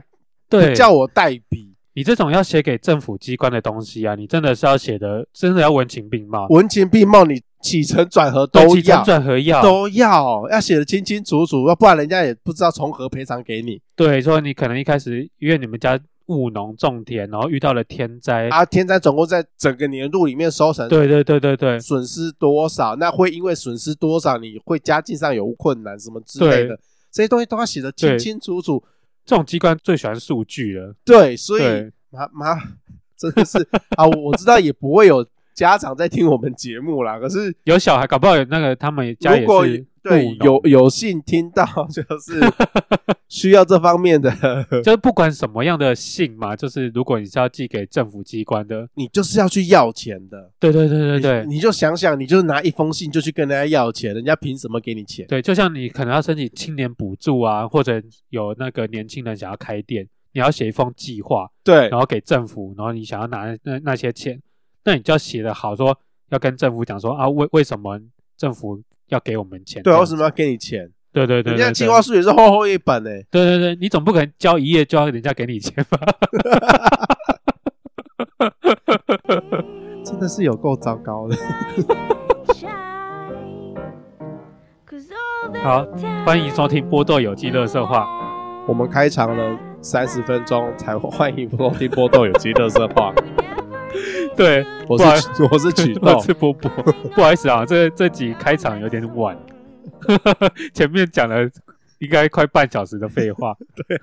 [SPEAKER 1] 对，
[SPEAKER 2] 不叫我代笔，
[SPEAKER 1] 你这种要写给政府机关的东西啊，你真的是要写的，真的要文情并茂，
[SPEAKER 2] 文情并茂，你起承转合都
[SPEAKER 1] 对起承
[SPEAKER 2] 要，
[SPEAKER 1] 转合要
[SPEAKER 2] 都要要写的清清楚楚，要不然人家也不知道从何赔偿给你
[SPEAKER 1] 对，说你可能一开始因为你们家务农种田，然后遇到了天灾，
[SPEAKER 2] 啊！天灾总共在整个年度里面收成
[SPEAKER 1] 对对对对对
[SPEAKER 2] 损失多少，那会因为损失多少，你会家境上有困难什么之类的，这些东西都要写的清
[SPEAKER 1] 对
[SPEAKER 2] 清楚楚。
[SPEAKER 1] 这种机关最喜欢数据了，
[SPEAKER 2] 对，所以
[SPEAKER 1] 对
[SPEAKER 2] 麻麻 真的是啊，我我知道也不会有家长在听我们节目啦，可是
[SPEAKER 1] 有小孩搞不好有那个他们家
[SPEAKER 2] 如
[SPEAKER 1] 也
[SPEAKER 2] 果
[SPEAKER 1] 是
[SPEAKER 2] 对
[SPEAKER 1] 务农
[SPEAKER 2] 有有幸听到， 就是需要这方面的，
[SPEAKER 1] 就是不管什么样的信嘛，就是如果你是要寄给政府机关的，
[SPEAKER 2] 你就是要去要钱的。
[SPEAKER 1] 对对对对对
[SPEAKER 2] 你就想想，你就拿一封信就去跟人家要钱，人家凭什么给你钱？
[SPEAKER 1] 对，就像你可能要申请青年补助啊，或者有那个年轻人想要开店，你要写一封计划，
[SPEAKER 2] 对
[SPEAKER 1] 然后给政府，然后你想要拿那那些钱，那你就要写的好说，要跟政府讲说啊，为为什么政府要给我们钱？
[SPEAKER 2] 对
[SPEAKER 1] 这
[SPEAKER 2] 啊，为
[SPEAKER 1] 样
[SPEAKER 2] 什
[SPEAKER 1] 子
[SPEAKER 2] 么要给你钱？
[SPEAKER 1] 对对对
[SPEAKER 2] 人
[SPEAKER 1] 对
[SPEAKER 2] 家
[SPEAKER 1] 对
[SPEAKER 2] 计划书也是厚厚一本诶、
[SPEAKER 1] 对对对，你总不可能交一页就要人家给你钱吧？
[SPEAKER 2] 真的是有够糟糕的。
[SPEAKER 1] 好，欢迎收听《波豆有机乐色话》，
[SPEAKER 2] 我们开场了三十分钟才欢迎收听波豆有机乐色 话，
[SPEAKER 1] 对，
[SPEAKER 2] 我是我 是曲豆
[SPEAKER 1] 我，是波波，不好意思啊，这这集开场有点晚， 前面讲了应该快半小时的废 话。对，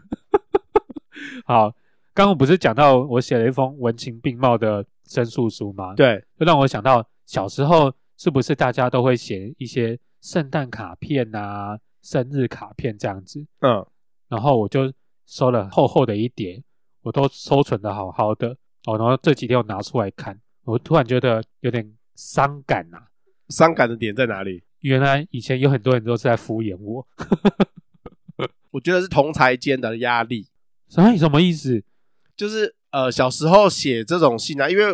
[SPEAKER 1] 好，刚刚不是讲到我写了一封文情并茂的申诉书吗？，
[SPEAKER 2] 对，
[SPEAKER 1] 就让我想到小时候是不是大家都会写一些圣诞卡片啊、生日卡片这样子，
[SPEAKER 2] 嗯，
[SPEAKER 1] 然后我就收了厚厚的一叠，我都收存的好好的哦，然后这几天我拿出来看，我突然觉得有点伤感呐、
[SPEAKER 2] 伤感的点在哪里？
[SPEAKER 1] 原来以前有很多人都是在敷衍我，
[SPEAKER 2] 我觉得是同才间的压力，
[SPEAKER 1] 所以什么意思？
[SPEAKER 2] 就是呃小时候写这种信啊，因为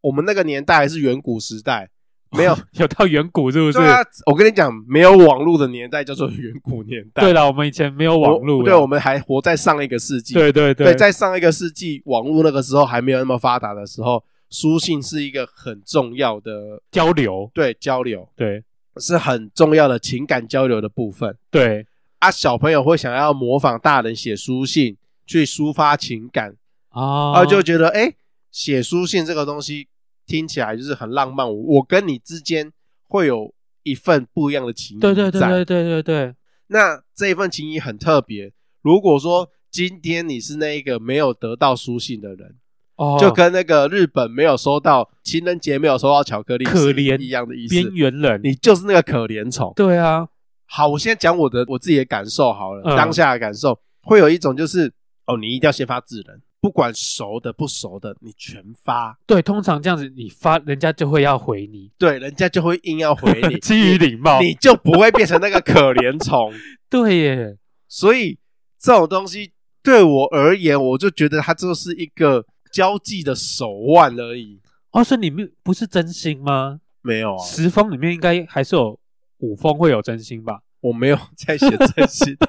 [SPEAKER 2] 我们那个年代还是远古时代，没有
[SPEAKER 1] 有到远古是不是？
[SPEAKER 2] 对啊，我跟你讲，没有网络的年代叫做远古年代，
[SPEAKER 1] 对了，我们以前没有
[SPEAKER 2] 我，
[SPEAKER 1] 网络啦，啊
[SPEAKER 2] 对，我们还活在上一个世纪，
[SPEAKER 1] 对对
[SPEAKER 2] 对，在上一个世纪，网络那个时候还没有那么发达的时候，书信是一个很重要的
[SPEAKER 1] 交流，
[SPEAKER 2] 对交流，
[SPEAKER 1] 对
[SPEAKER 2] 是很重要的情感交流的部分
[SPEAKER 1] 对
[SPEAKER 2] 啊。小朋友会想要模仿大人写书信去抒发情感，
[SPEAKER 1] 啊，
[SPEAKER 2] 然后就觉得哎，诶写书信这个东西听起来就是很浪漫，我我跟你之间会有一份不一样的情谊
[SPEAKER 1] 对对对
[SPEAKER 2] 在
[SPEAKER 1] 对对对对，
[SPEAKER 2] 那这一份情谊很特别。如果说今天你是那一个没有得到书信的人，
[SPEAKER 1] 哦，
[SPEAKER 2] 就跟那个日本没有收到情人节没有收到巧克力
[SPEAKER 1] 可
[SPEAKER 2] 是
[SPEAKER 1] 怜
[SPEAKER 2] 一样的意思
[SPEAKER 1] 边。缘人，
[SPEAKER 2] 你就是那个可怜虫。
[SPEAKER 1] 对啊，
[SPEAKER 2] 好，我先讲我的我自己的感受好了，
[SPEAKER 1] 嗯
[SPEAKER 2] 当下的感受会有一种就是哦，你一定要先发制人，不管熟的不熟的，你全发，
[SPEAKER 1] 对，通常这样子你发，人家就会要回 你，
[SPEAKER 2] 对，人家就会硬要回你，
[SPEAKER 1] 基于礼貌，
[SPEAKER 2] 你就不会变成那个可怜虫。
[SPEAKER 1] 对耶，
[SPEAKER 2] 所以这种东西对我而言，我就觉得它就是一个交际的手腕而已，
[SPEAKER 1] 哦，所以你们不是真心吗？
[SPEAKER 2] 没有啊，
[SPEAKER 1] 十封里面应该还是有五封会有真心吧？
[SPEAKER 2] 我没有在写真心 的，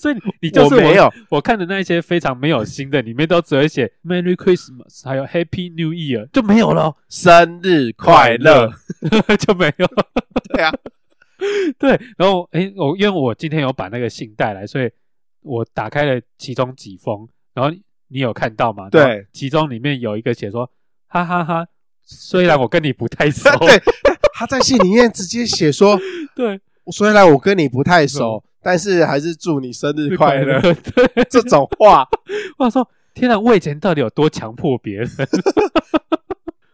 [SPEAKER 1] 所以你你就是
[SPEAKER 2] 我没有，
[SPEAKER 1] 我看的那些非常没有心的，里面都只会写 Merry Christmas，还有 Happy New Year，就没有了，
[SPEAKER 2] 生日快乐，
[SPEAKER 1] 就没有。
[SPEAKER 2] 对 啊，
[SPEAKER 1] 对，然后诶，我因为我今天有把那个信带来，所以我打开了其中几封，然后你有看到吗？
[SPEAKER 2] 对，
[SPEAKER 1] 其中里面有一个写说，哈哈哈虽然我跟你不太熟，
[SPEAKER 2] 对，他在信里面直接写说，
[SPEAKER 1] 对，。
[SPEAKER 2] 虽然我跟你不太熟，但是还是祝你嗯生日快乐
[SPEAKER 1] 对，
[SPEAKER 2] 这种话
[SPEAKER 1] 我说天哪，我以前到底有多强迫别人？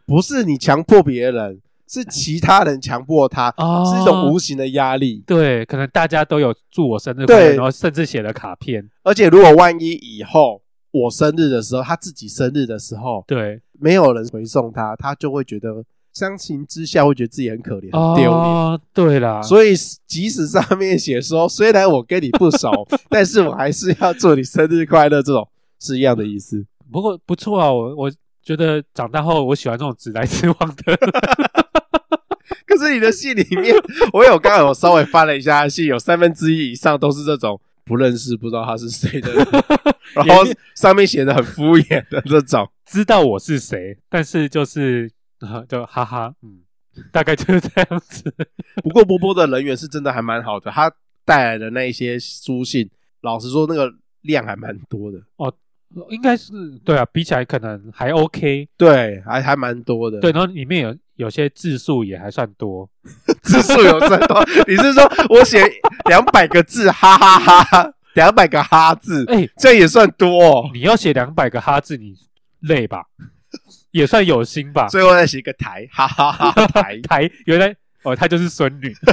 [SPEAKER 2] 不是你强迫别人，是其他人强迫他，
[SPEAKER 1] 哦
[SPEAKER 2] 是一种无形的压 力。
[SPEAKER 1] 对，可能大家都有祝我生日快乐，
[SPEAKER 2] 对
[SPEAKER 1] 然后甚至写了卡片。
[SPEAKER 2] 而且如果万一以后我生日的时候，他自己生日的时候，
[SPEAKER 1] 对，
[SPEAKER 2] 没有人回送他，他就会觉得相形之下会觉得自己很可怜、很丢脸。
[SPEAKER 1] 哦，对啦，
[SPEAKER 2] 所以，即使上面写说，虽然我跟你不熟，但是我还是要祝你生日快乐，这种是一样的意思。
[SPEAKER 1] 不过不错啊，我我觉得长大后我喜欢这种直来直往的
[SPEAKER 2] 可是你的戏里面，我有刚刚有稍微翻了一下戏，有三分之一以上都是这种不认识、不知道他是谁的人，然后上面写的很敷衍的这种。
[SPEAKER 1] 知道我是谁，但是就是、 就哈哈，嗯，大概就是这样子。
[SPEAKER 2] 不过波波的人缘是真的还蛮好的，他带来的那一些书信，老实说那个量还蛮多的，
[SPEAKER 1] 应该是对啊，比起来可能还 OK。
[SPEAKER 2] 对，还还蛮多的。
[SPEAKER 1] 对，，然后里面有有些字数也还算多，
[SPEAKER 2] 字数有这么多，你是说我写两百个字，哈哈哈哈，两百个哈字，
[SPEAKER 1] 哎、
[SPEAKER 2] 这也算多、哦。
[SPEAKER 1] 你要写两百个哈字，你累吧？也算有心吧。。
[SPEAKER 2] 最后再写一个台，哈哈哈哈台
[SPEAKER 1] 台原来哦，她就是孙女。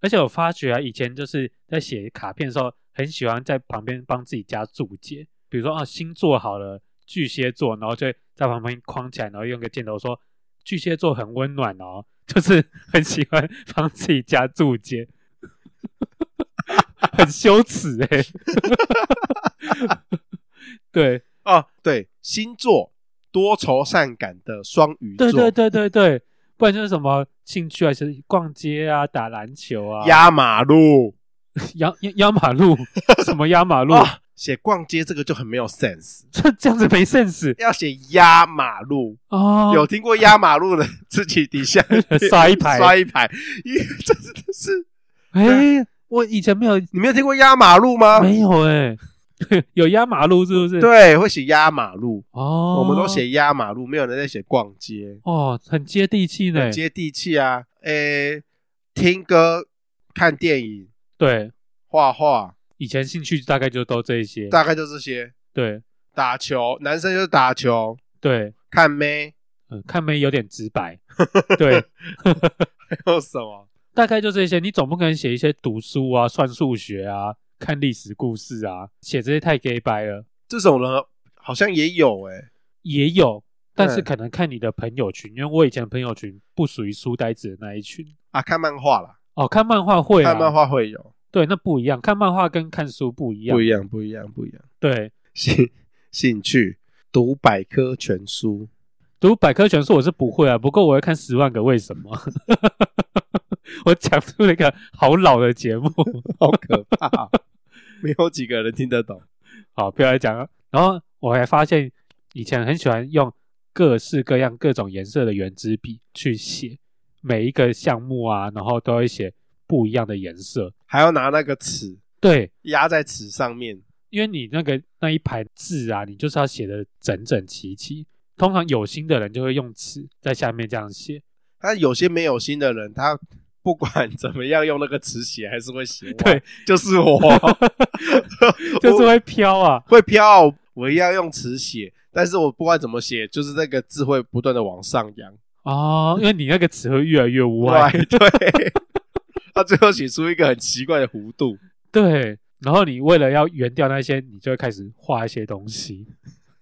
[SPEAKER 1] 而且我发觉啊，以前就是在写卡片的时候，很喜欢在旁边帮自己加注解，比如说啊，星座好了，巨蟹座，然后就在旁边框起来，然后用个箭头说巨蟹座很温暖哦， 就是很喜欢帮自己加注解， 很羞耻哎、 对，
[SPEAKER 2] 哦，对，星座多愁善感的双鱼座，
[SPEAKER 1] 对对对对对，不然就是什么兴趣啊，是逛街啊、打篮球啊、压
[SPEAKER 2] 压马路
[SPEAKER 1] 压压压马路， 什么压马路，
[SPEAKER 2] 啊，写逛街这个就很没有 sense，
[SPEAKER 1] 这这样子没 sense
[SPEAKER 2] 要写压马路。
[SPEAKER 1] 哦。呃
[SPEAKER 2] 有听过压马路的，自己底下
[SPEAKER 1] 刷一排
[SPEAKER 2] 刷一排，咦，这真的是
[SPEAKER 1] 哎、我以前没有
[SPEAKER 2] 你没有听过压马路吗？
[SPEAKER 1] 没有哎、 有压马路是不是？
[SPEAKER 2] 啊对，会写压马路，
[SPEAKER 1] 哦，
[SPEAKER 2] 我们都写压马路，没有人在写逛街，
[SPEAKER 1] 哦，很接地气呢
[SPEAKER 2] 很。接地气啊。诶，听歌、看电影、
[SPEAKER 1] 对，
[SPEAKER 2] 画画，
[SPEAKER 1] 以前兴趣大概就都这一些。
[SPEAKER 2] 大概就这些。
[SPEAKER 1] 对
[SPEAKER 2] 打球，男生就是打球、
[SPEAKER 1] 对，
[SPEAKER 2] 看妹，
[SPEAKER 1] 嗯，看没有点直白。对，
[SPEAKER 2] 还有什么？
[SPEAKER 1] 大概就这些。你总不可能写一些读书啊、算数学啊、看历史故事啊，写这些太 gay 白了。
[SPEAKER 2] 这种人好像也有诶、
[SPEAKER 1] 也有，但是
[SPEAKER 2] 对
[SPEAKER 1] 可能看你的朋友群，因为我以前的朋友群不属于书呆子的那一群。
[SPEAKER 2] 啊，看漫画啦，
[SPEAKER 1] 哦，看漫画会、啊，
[SPEAKER 2] 看漫画会有，
[SPEAKER 1] 对，那不一样，看漫画跟看书不一样。
[SPEAKER 2] 不一样，不一样，不一样。
[SPEAKER 1] 对，
[SPEAKER 2] 兴兴趣读百科全书，
[SPEAKER 1] 读百科全书我是不会啊，不过我会看《十万个为什么》。我讲出了一个好老的节目，
[SPEAKER 2] 好可怕哦、 没有几个人听得懂。
[SPEAKER 1] 好，不要再讲了。然后我还发现，以前很喜欢用各式各样、各种颜色的圆珠笔去写每一个项目啊，然后都会写不一样的颜色。
[SPEAKER 2] 还要拿那个尺
[SPEAKER 1] 对，
[SPEAKER 2] 压在尺上面，
[SPEAKER 1] 因为你那个那一排字啊，你就是要写的整整齐齐。通常有心的人就会用尺在下面这样写，
[SPEAKER 2] 但有些没有心的人，他 不管怎么样用那个尺写，还是会写歪。
[SPEAKER 1] 对，
[SPEAKER 2] 就是我，
[SPEAKER 1] 就是会飘啊。
[SPEAKER 2] 会飘。我一样用尺写，但是我不管怎么写，就是那个字会不断的往上扬。
[SPEAKER 1] 哦，因为你那个尺会越来越歪
[SPEAKER 2] 歪，， 对，他最后写出一个很奇怪的弧度。
[SPEAKER 1] 对。然后你为了要圆掉那些，你就会开始画一些东西，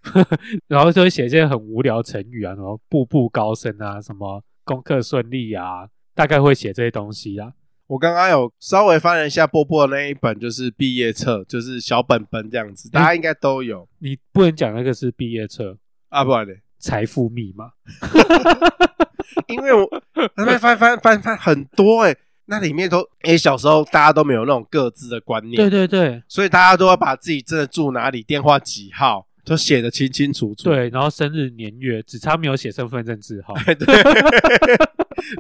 [SPEAKER 1] 然后就会写一些很无聊的成语啊，然后步步高升啊，什么功课顺利啊，大概会写这些东西啊。
[SPEAKER 2] 我刚刚有稍微翻了一下波波的那一本，就是毕业册，就是小本本这样子，大家应该都有
[SPEAKER 1] 你不能讲那个是毕业册、
[SPEAKER 2] 啊，不然呢？
[SPEAKER 1] 财富密码，
[SPEAKER 2] 因为我那边翻翻翻翻很多哎、那里面都哎、诶小时候大家都没有那种各自的观念，
[SPEAKER 1] 对对对，
[SPEAKER 2] 所以大家都要把自己真的住哪里、电话几号都写得清清楚楚。
[SPEAKER 1] 对，然后生日年月，只差没有写身份证字号。
[SPEAKER 2] 对，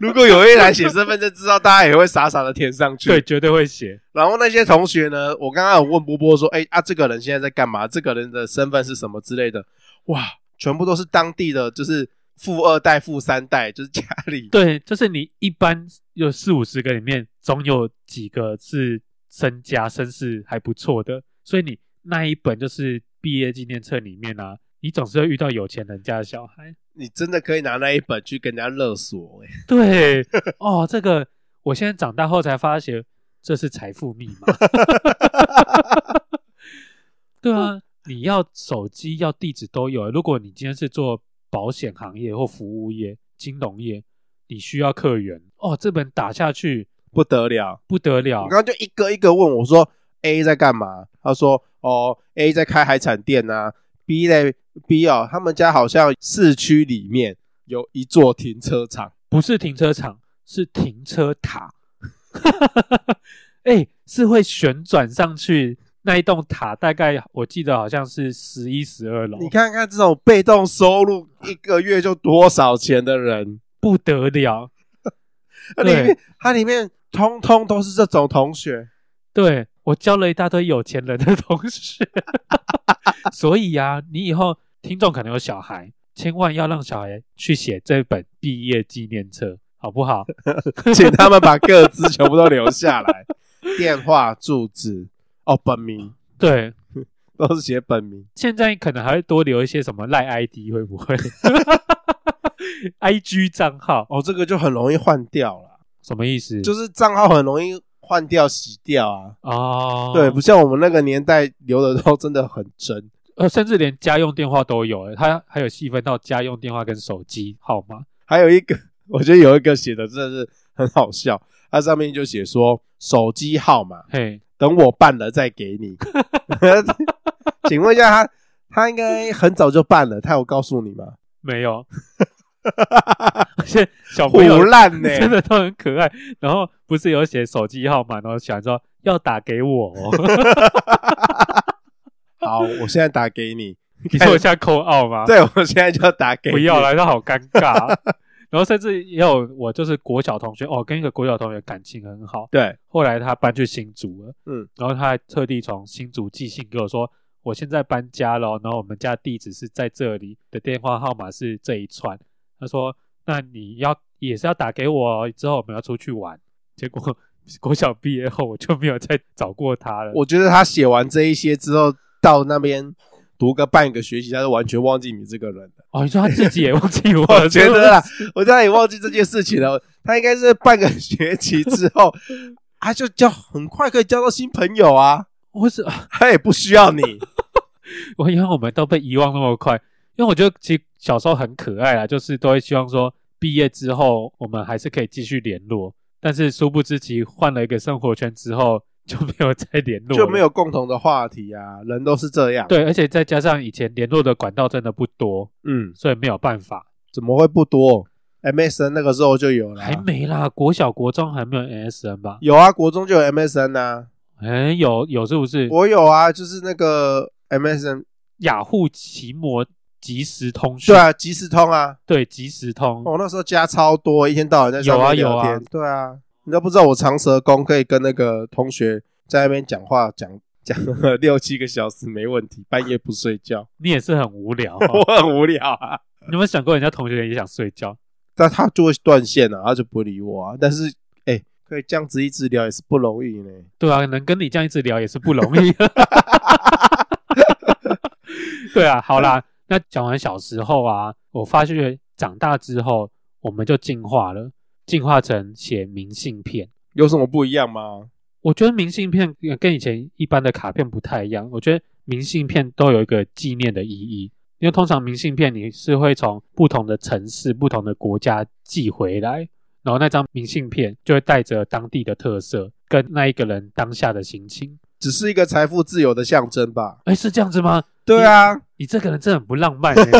[SPEAKER 2] 如果有一栏写身份证知道，大家也会傻傻的填上去。
[SPEAKER 1] 对，，绝对会写。
[SPEAKER 2] 然后那些同学呢，我刚刚有问波波说，哎、啊，这个人现在在干嘛？这个人的身份是什么之类的？哇，全部都是当地的，就是富二代、富三代，就是家里
[SPEAKER 1] 对，就是你一般有四五十个里面，总有几个是身家身世还不错的，所以你那一本就是毕业纪念册里面啊，你总是会遇到有钱人家的小孩。
[SPEAKER 2] 你真的可以拿那一本去跟人家勒索、欸，
[SPEAKER 1] 对，哦，这个我现在长大后才发觉，这是财富密码。对啊，你要手机要地址都有。如果你今天是做保险行业或服务业、金融业，你需要客源哦，这本打下去
[SPEAKER 2] 不得了。
[SPEAKER 1] 不得了
[SPEAKER 2] 我刚刚就一个一个问我说 A 在干嘛？他说哦，A 在开海产店啊 B 类 B 哦，他们家好像市区里面有一座停车场，
[SPEAKER 1] 不是停车场，是停车塔。 哎、是会旋转上去那一栋塔，大概我记得好像是十一、十二楼，
[SPEAKER 2] 你看看这种被动收入一个月就多少钱的人，
[SPEAKER 1] 不得了。
[SPEAKER 2] 它里
[SPEAKER 1] 对
[SPEAKER 2] 面它里面通通都是这种同学，
[SPEAKER 1] 对我交了一大堆有钱人的同学， 所以啊，你以后听众可能有小孩，千万要让小孩去写这本毕业纪念册，好不好？
[SPEAKER 2] 请他们把各自全部都留下来，电话、住址、哦本名
[SPEAKER 1] 对，
[SPEAKER 2] 都是写本名。
[SPEAKER 1] 现在可能还会多留一些什么赖 ID，会不 会？IG 账号
[SPEAKER 2] 哦，这个就很容易换掉了，
[SPEAKER 1] 什么意思？
[SPEAKER 2] 就是是账号很容易换掉、洗掉啊。
[SPEAKER 1] 哦，
[SPEAKER 2] 对，不像我们那个年代留的都真的很真。
[SPEAKER 1] 呃，甚至连家用电话都有，欸它还有细分到家用电话跟手机号码。
[SPEAKER 2] 还有一个， 我觉得有一个写的真的是很好笑，它上面就写说手机号码，
[SPEAKER 1] 嘿，
[SPEAKER 2] 等我办了再给你。 请问一下他，他应该很早就办了，他有告诉你吗？
[SPEAKER 1] 没 有，而且小
[SPEAKER 2] 胡
[SPEAKER 1] 朋友
[SPEAKER 2] 烂呢、
[SPEAKER 1] 哦真的都很可爱。然后不是有写手机号码，然后想说要打给我、 哦，
[SPEAKER 2] 好，我现在打给你。
[SPEAKER 1] 你说我现在扣二吗？，
[SPEAKER 2] 对，我现在就打给你。
[SPEAKER 1] 不要，了，那好尴尬。啊 然后甚至也有我就是国小同学哦，跟一个国小同学感情很好，
[SPEAKER 2] 对，
[SPEAKER 1] 后来他搬去新竹了，
[SPEAKER 2] 嗯，
[SPEAKER 1] 然后他还特地从新竹寄信给我说，我现在搬家了哦，然后我们家地址是在这里，的电话号码是这一串。他说，那你要也是要打给我哦，之后我们要出去玩。结果 国小毕业后，我就没有再找过他了。
[SPEAKER 2] 我觉得他写完这一些之后，到那边读个半个学期，他就完全忘记你这个人了。
[SPEAKER 1] 哦，你说他自己也忘记我了，
[SPEAKER 2] 我觉得啦，我觉得他也忘记这件事情了。他应该是半个学期之后，他就交很快可以交到新朋友啊，
[SPEAKER 1] 我是
[SPEAKER 2] 他也不需要 你。
[SPEAKER 1] 我因为我们都被遗忘那么快，因为我觉得其实小时候很可爱啦，就是都会希望说毕业之后我们还是可以继续联络，但是殊不知其实换了一个生活圈之后就没有再联络，
[SPEAKER 2] 就没。有共同的话题啊，人都是这样。，
[SPEAKER 1] 对，而且再加上以前联络的管道真的不多，
[SPEAKER 2] 嗯，
[SPEAKER 1] 所以没有办法。
[SPEAKER 2] 怎么会不多？MSN 那个时候就有了啊、
[SPEAKER 1] 还没啦，国小国中还没有 NSN 吧？
[SPEAKER 2] 有啊，国中就有 MSN 啊，
[SPEAKER 1] 哎，有有是不是？
[SPEAKER 2] 我有啊，就是那个 MSN，
[SPEAKER 1] 雅虎奇摩即时通讯，
[SPEAKER 2] 对啊，哦即时通啊，
[SPEAKER 1] 对即时通，
[SPEAKER 2] 我、那时候加超多，一天到晚在上
[SPEAKER 1] 有啊
[SPEAKER 2] 面聊
[SPEAKER 1] 有啊
[SPEAKER 2] 天，对啊，你都不知道我长舌公可以跟那个同学在那边讲话讲。讲 六七个小时没问题，半夜不睡觉，
[SPEAKER 1] 你也是很无聊、
[SPEAKER 2] 我
[SPEAKER 1] 哦。
[SPEAKER 2] 很无聊啊。
[SPEAKER 1] 你有没有想过人家同学也想睡觉？
[SPEAKER 2] 但他就会断线了、啊，他就不理我啊。但是，哎、可以这样子一直聊也是不容易呢。
[SPEAKER 1] 对啊，能跟你这样一直聊也是不容易。对啊，好啦，那讲完小时候啊，我发现长大之后我们就进化了，进化成写明信片。
[SPEAKER 2] 有什么不一样吗？
[SPEAKER 1] 我觉得明信片呃跟以前一般的卡片不太一样，我觉得明信片都有一个纪念的意义，因为通常明信片你是会从不同的城市、不同的国家寄回来，然后那张明信片就会带着当地的特色跟那一个人当下的心情。
[SPEAKER 2] 只是一个财富自由的象征吧。
[SPEAKER 1] 哎，是这样子吗？
[SPEAKER 2] 对啊，
[SPEAKER 1] 你这个人真的很不浪漫、 欸，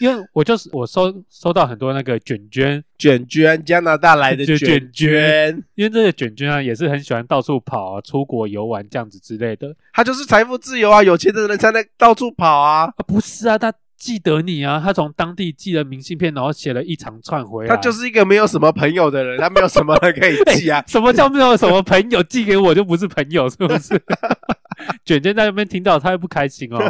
[SPEAKER 1] 因为我就是我收收到很多那个卷卷，
[SPEAKER 2] 卷卷，加拿大来的
[SPEAKER 1] 卷
[SPEAKER 2] 卷
[SPEAKER 1] 卷
[SPEAKER 2] 卷，
[SPEAKER 1] 因为这个卷卷啊也是很喜欢到处跑啊、出国游玩这样子之类的
[SPEAKER 2] 他就是财富自由啊，有钱的人才能到处跑啊。
[SPEAKER 1] 啊，不是啊，他记得你啊，他从当地寄了明信片，然后写了一长串回来，。
[SPEAKER 2] 他就是一个没有什么朋友的人，他没有什么人可以寄啊
[SPEAKER 1] 什么叫没有什么朋友寄给我就不是朋友，是不是？ 卷卷在那边听到他会不开心哦，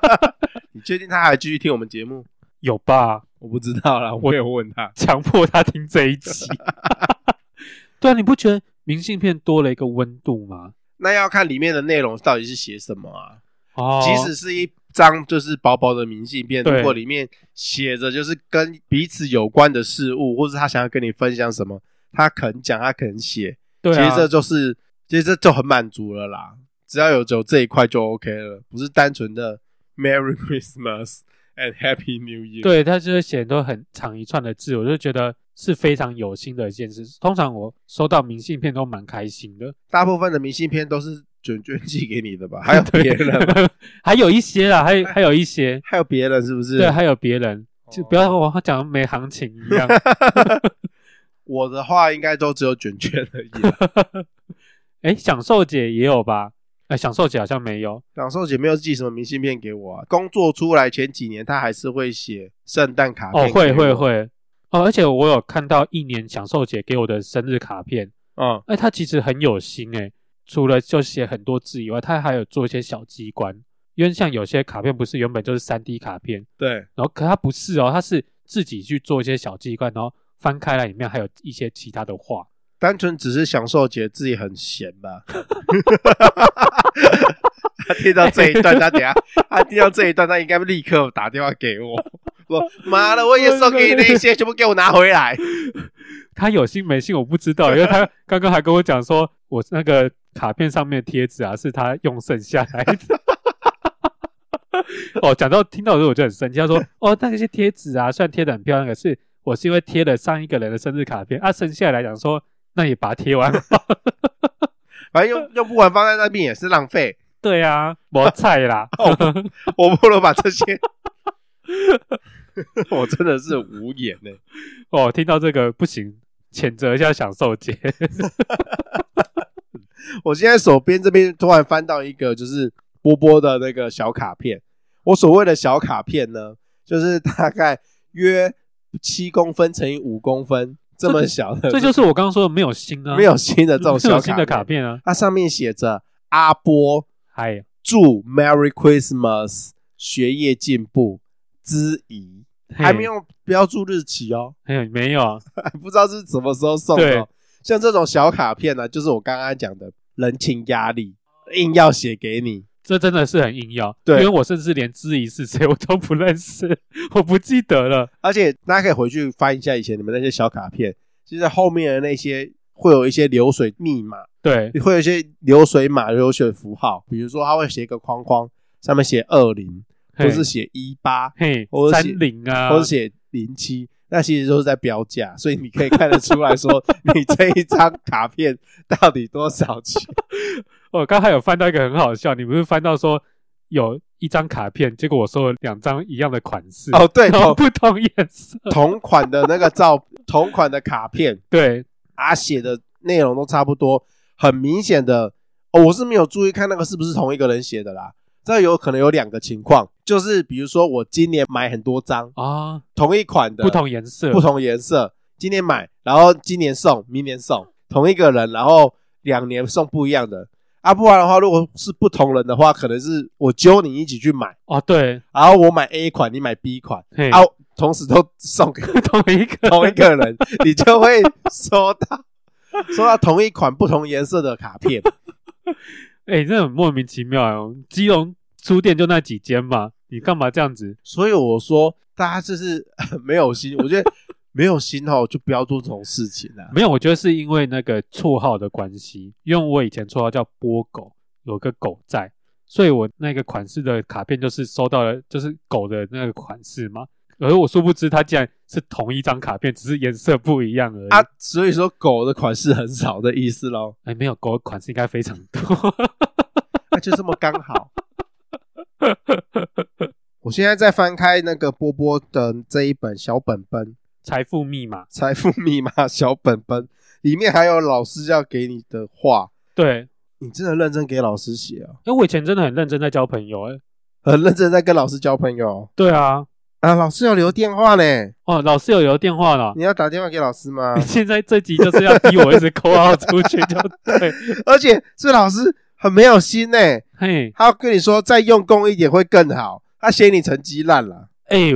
[SPEAKER 2] 你确定他还继续听我们节目？
[SPEAKER 1] 有吧？
[SPEAKER 2] 我不知道啦，我有问他。
[SPEAKER 1] 强迫他听这一集， 对啊，你不觉得明信片多了一个温度吗？
[SPEAKER 2] 那要看里面的内容到底是写什么啊。
[SPEAKER 1] 哦，
[SPEAKER 2] 即使是一张就是薄薄的明信片，
[SPEAKER 1] 对
[SPEAKER 2] 如果里面写着就是跟彼此有关的事物，或是他想要跟你分享什么，他肯讲，他肯写，
[SPEAKER 1] 对
[SPEAKER 2] 其
[SPEAKER 1] 啊，
[SPEAKER 2] 实这就是，其实这就很满足了啦。只要有有这一块就 OK 了，不是单纯的 Merry Christmas and Happy New Year。，
[SPEAKER 1] 对他就是写都很长一串的字，我就觉得是非常有心的一件事。通常我收到明信片都蛮开心的，
[SPEAKER 2] 大部分的明信片都是卷卷寄给你 的吧？还有别人，
[SPEAKER 1] 还有一些啦， 还有还有一些，
[SPEAKER 2] 还有别人是不是？ 哦
[SPEAKER 1] 对，还有别人，就不要和我讲没行情一样。
[SPEAKER 2] 我的话应该都只有卷卷而已啦。
[SPEAKER 1] 哎，享受姐也有吧？哎，享受姐好像没有。
[SPEAKER 2] 朗寿姐没有寄什么明信片给我啊。工作出来前几年，她还是会写圣诞卡片
[SPEAKER 1] 哦，会
[SPEAKER 2] 给我
[SPEAKER 1] 会，会。哦，而且我有看到一年享受姐给我的生日卡片，
[SPEAKER 2] 嗯，
[SPEAKER 1] 哎，她其实很有心哎，除了就写很多字以外，她还有做一些小机关。因为像有些卡片不是原本就是三 D 卡片，
[SPEAKER 2] 对，
[SPEAKER 1] 然后可它不是哦，它是自己去做一些小机关，然后翻开来里面还有一些其他的画。
[SPEAKER 2] 单纯只是享受姐自己很闲吧。他听到这一段，他等下他听到这一段，他应该立刻打电话给我， 说：“妈的，我也送给你那一些，全部给我拿回来。
[SPEAKER 1] 他有心没心我不知道， 因为他刚刚还跟我讲说，我那个卡片上面的贴纸啊是他用剩下来的。 哦，讲到听到的时候我就很生气，他说：“哦，那些贴纸啊，虽然贴的很漂亮，可是我是因为贴了上一个人的生日卡片，啊，剩下来讲说，那也把它贴 完。
[SPEAKER 2] 反 正用用不完放在那边也是浪费，”
[SPEAKER 1] 对啊，我菜啦。
[SPEAKER 2] 哦我不如把 这些。我真的是无言欸呢、
[SPEAKER 1] 哦，听到这个不行，谴责一下享受 姐。
[SPEAKER 2] 我现在手边这边突然翻到一个，就是波波的那个小卡片。我所谓的小卡片呢，就是大概约七公分乘以五公分这么小的，
[SPEAKER 1] 这就是我刚刚说的没有心啊，
[SPEAKER 2] 没有新的这种
[SPEAKER 1] 没
[SPEAKER 2] 小
[SPEAKER 1] 有新的卡
[SPEAKER 2] 卡。
[SPEAKER 1] 片啊。哎
[SPEAKER 2] 它上面写着“阿波
[SPEAKER 1] 嗨，
[SPEAKER 2] 祝 Merry Christmas，学业进步，之谊”，还没有标注日期哦，
[SPEAKER 1] 嘿，嘿没有啊，
[SPEAKER 2] 还不知道是什么时候送的哦。像这种小卡片呢、就是我刚刚讲的人情压力，硬要写给你。
[SPEAKER 1] 这真的是很硬要。
[SPEAKER 2] 对
[SPEAKER 1] 因为我甚至连知怡是谁我都不认识， 我不记得了。
[SPEAKER 2] 而且大家可以回去翻一下以前你们那些小卡片，其实后面的那些会有一些流水密码，
[SPEAKER 1] 对，
[SPEAKER 2] 会有一些流水码、流水符号，比如说他会写一个框框，上面写二零，
[SPEAKER 1] 嘿
[SPEAKER 2] 或是写一八，
[SPEAKER 1] 嘿
[SPEAKER 2] 或，者
[SPEAKER 1] 三
[SPEAKER 2] 写
[SPEAKER 1] 零啊，
[SPEAKER 2] 或是写零七，那其实都是在标价，所以你可以看得出来说 你这一张卡片到底多少钱。
[SPEAKER 1] 我哦刚才有翻到一个很好笑，你不是翻到说有一张卡片，结果我收了两张一样的款式，
[SPEAKER 2] 哦，对，
[SPEAKER 1] 然后
[SPEAKER 2] 同
[SPEAKER 1] 不同颜色。
[SPEAKER 2] 同款的那个照， 同款的卡片，
[SPEAKER 1] 对，
[SPEAKER 2] 啊写的内容都差不多，很明显的、哦，我是没有注意看那个是不是同一个人写的啦。这有可能有两个情况，就是比如说我今年买很多张
[SPEAKER 1] 啊，
[SPEAKER 2] 同一款的，
[SPEAKER 1] 不同颜色，
[SPEAKER 2] 不同颜色，今年买，然后今年送，明年送同一个人，然后两年送不一样的。啊，不然的话，如果是不同人的话，可能是我揪你一起去买，
[SPEAKER 1] 哦，对，
[SPEAKER 2] 然后我买 A 款，你买 B 款，
[SPEAKER 1] 嘿，
[SPEAKER 2] 啊，同时都送给
[SPEAKER 1] 同一个，
[SPEAKER 2] 同一个人，你就会收到收到同一款不同颜色的卡片。
[SPEAKER 1] 哎、欸，这很莫名其妙哦。基隆书店就那几间嘛，你干嘛这样子？
[SPEAKER 2] 所以我说，大家就是 没有心，我觉得没有心哦，就不要做这种事情 啊啦。
[SPEAKER 1] 没有，我觉得是因为那个绰号的关系，因为我以前绰号叫波狗，有个狗在，所以我那个款式的卡片就是收到了，就是狗的那个款式嘛。而我殊不知，它竟然是同一张卡片，只是颜色不一样而已。
[SPEAKER 2] 啊，所以说狗的款式很少的意思喽，
[SPEAKER 1] 哎、没有，狗的款式应该非常多。
[SPEAKER 2] 那啊就这么刚好。我现在在翻开那个波波的这一本小本本，《
[SPEAKER 1] 财富密码，
[SPEAKER 2] 财富密码小本本》，里面还有老师要给你的话，
[SPEAKER 1] 对，哎
[SPEAKER 2] 你真的认真给老师写哦，
[SPEAKER 1] 因为我以前真的很认真在交朋友、哎，
[SPEAKER 2] 很认真在跟老师交朋友哦。
[SPEAKER 1] 对啊，
[SPEAKER 2] 啊，老师要留电话呢，
[SPEAKER 1] 哦，老师有留电话了。
[SPEAKER 2] 你要啊打电话给老师吗
[SPEAKER 1] 你？ 现在这集就是要逼我一直扣号出去，就对，
[SPEAKER 2] 而且这老师很没有心呢，
[SPEAKER 1] 嘿，
[SPEAKER 2] 他跟你说再用功一点会更好，他嫌你成绩烂了。
[SPEAKER 1] 哎、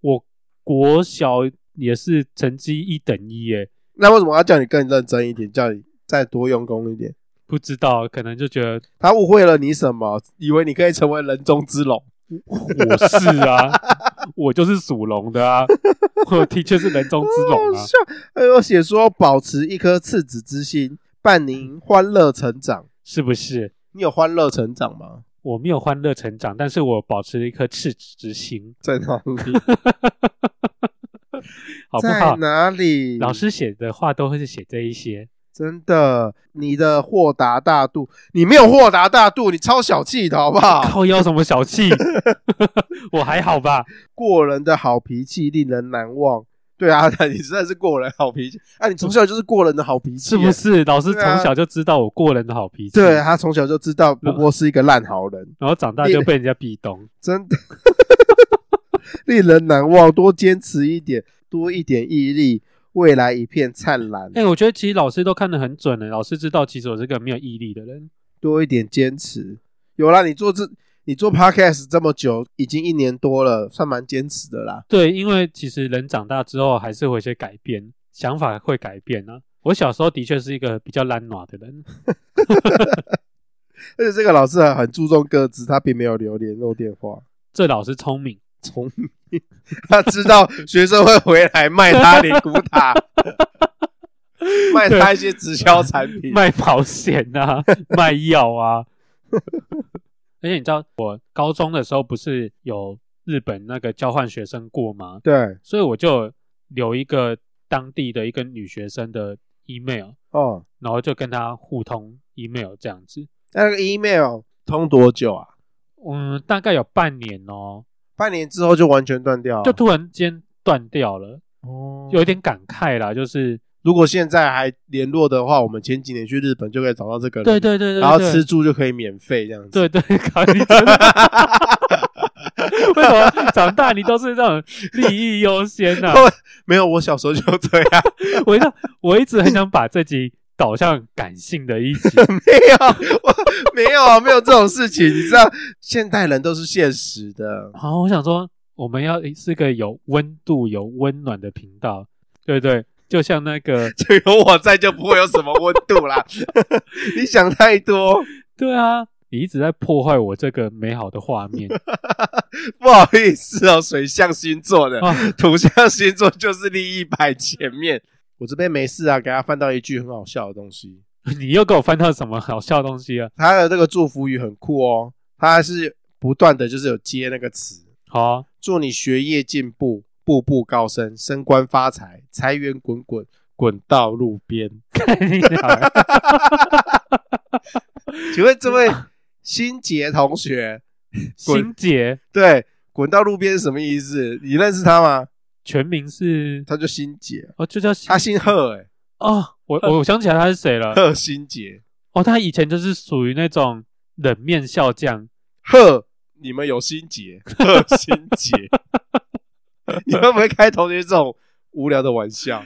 [SPEAKER 1] 我国小也是成绩一等一，哎，
[SPEAKER 2] 那为什么要叫你更认真一点，叫你再多用功一点？
[SPEAKER 1] 不知道，可能就觉得
[SPEAKER 2] 他误会了你什么？以为你可以成为人中之龙？
[SPEAKER 1] 我是啊， 我就是属龙的啊，我的确是人中之龙啊，
[SPEAKER 2] 还有哎写说保持一颗赤子之心，伴您欢乐成长。
[SPEAKER 1] 是不是？
[SPEAKER 2] 你有欢乐成长吗？
[SPEAKER 1] 我没有欢乐成长，但是我保持了一颗赤子之心，
[SPEAKER 2] 在哪里？
[SPEAKER 1] 好不
[SPEAKER 2] 在
[SPEAKER 1] 好？
[SPEAKER 2] 哪里？
[SPEAKER 1] 老师写的话都会是写这一些，
[SPEAKER 2] 真的，你的豁达大度，你没有豁达大度，你超小气的好不好？
[SPEAKER 1] 靠腰什么小气？ 我还好吧？
[SPEAKER 2] 过人的好脾气令人难忘。对啊， 你实在是过人好脾气啊！你从小就是过人的好脾气，
[SPEAKER 1] 是不？是？老师
[SPEAKER 2] 对
[SPEAKER 1] 从
[SPEAKER 2] 啊
[SPEAKER 1] 小就知道我过人的好脾气，
[SPEAKER 2] 对啊他从小就知道不过是一个烂好人，
[SPEAKER 1] 然后长大就被人家壁咚。
[SPEAKER 2] 真的 令人难忘。多坚持一点，多一点毅力，未来一片灿烂。
[SPEAKER 1] 哎、我觉得其实老师都看得很准的，欸老师知道其实我是个没有毅力的人。
[SPEAKER 2] 多一点坚持。有啦，你做这你做 podcast 这么久，已经一年多了，算蛮坚持的啦。
[SPEAKER 1] 对，因为其实人长大之后还是会有一些改变，想法会改变啊。我小时候的确是一个比较懒惰的人，
[SPEAKER 2] 而且这个老师很很注重各自，他并没有留联络电话，
[SPEAKER 1] 这老师聪明，
[SPEAKER 2] 聪明，他知道学生会回来卖他灵骨塔，卖他一些直销产品。
[SPEAKER 1] 卖保险啊，卖药啊。 而且你知道，我高中的时候不是有日本那个交换学生过吗？
[SPEAKER 2] 对，
[SPEAKER 1] 所以我就留一个当地的一个女学生的 email，
[SPEAKER 2] 哦，
[SPEAKER 1] 然后就跟她互通 email 这样子。
[SPEAKER 2] 那个 email 通多久啊？
[SPEAKER 1] 嗯，大概有半年哦，
[SPEAKER 2] 半年之后就完全断掉了啊
[SPEAKER 1] 就突然间断掉了，
[SPEAKER 2] 哦
[SPEAKER 1] 有一点感慨啦，就是
[SPEAKER 2] 如果现在还联络的话，我们前几年去日本就可以找到这个人，
[SPEAKER 1] 对对对对，
[SPEAKER 2] 然后
[SPEAKER 1] 对
[SPEAKER 2] 吃，住就可以免费这样子。
[SPEAKER 1] 对对，靠你真的为什么长大你都是这种利益优先呢、啊？
[SPEAKER 2] 没有，我小时候就这样，
[SPEAKER 1] 我一直我一直很想把这集导向感性的一 集，
[SPEAKER 2] 没有，我没有，没有这种事情。你知道，现代人都是现实 的，
[SPEAKER 1] 好，我想说，我们要是个有温度、有温暖的频道，对不对？就像那个，
[SPEAKER 2] 就有我在就不会有什么温度啦。 你想太多，
[SPEAKER 1] 对啊，你一直在破坏我这个美好的画 面
[SPEAKER 2] 不好意思哦。水象星座的，
[SPEAKER 1] 啊！
[SPEAKER 2] 土象星座就是利益摆前面。我这边没事啊，给他翻到一句很好笑的东西，
[SPEAKER 1] 你又给我翻到什么好笑的东西啊？
[SPEAKER 2] 他的这个祝福语很酷哦，他是不断的就是有接那个词，
[SPEAKER 1] 好啊
[SPEAKER 2] 祝你学业进步，步步高升，升官发财，财源滚滚，滚到路边。
[SPEAKER 1] 看你俩
[SPEAKER 2] 请问这位新杰同学，
[SPEAKER 1] 心姐
[SPEAKER 2] 对“滚到路边”是什么意思？你认识他吗？
[SPEAKER 1] 全名是
[SPEAKER 2] 他叫新杰，
[SPEAKER 1] 哦，就叫心
[SPEAKER 2] 他姓贺、欸，
[SPEAKER 1] 哦，我我我想起来他是谁了
[SPEAKER 2] 贺新杰，
[SPEAKER 1] 哦，他以前就是属于那种冷面笑匠，
[SPEAKER 2] 贺，你们有新杰，贺新杰， 你会不会开同学这种无聊的玩笑？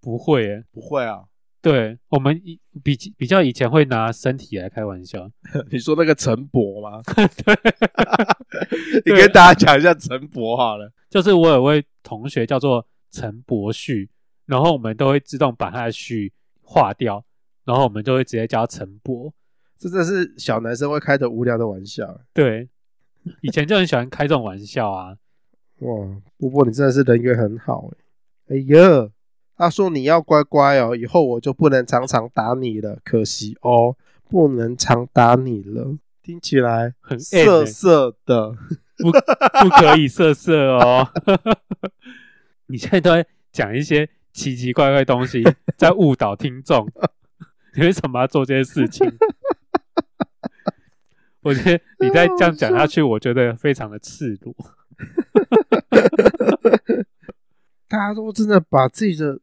[SPEAKER 1] 不会耶。
[SPEAKER 2] 不会啊，
[SPEAKER 1] 对我们以比比较以前会拿身体来开玩笑，
[SPEAKER 2] 你说那个陈博吗？ 你
[SPEAKER 1] 对
[SPEAKER 2] 跟大家讲一下陈博好了。
[SPEAKER 1] 就是我有位同学叫做陈博旭，然后我们都会自动把他的旭划掉，然后我们就会直接叫他陈博。
[SPEAKER 2] 这真的是小男生会开的无聊的玩笑。
[SPEAKER 1] 对，以前就很喜欢开这种玩笑啊。
[SPEAKER 2] 哇，波波，你真的是人缘很好哎、哎呀，他说你要乖乖哦，以后我就不能常常打你了，可惜哦，不能常打你了。听起来
[SPEAKER 1] 很 M 欸
[SPEAKER 2] 涩涩的，
[SPEAKER 1] 不 不可以色色哦。 你现在都在讲一些奇奇怪怪的东西，在误导听众。 你为什么要做这些事情？ 我觉得你再这样讲下去，我觉得非常的赤裸。
[SPEAKER 2] 大家都真的把自己的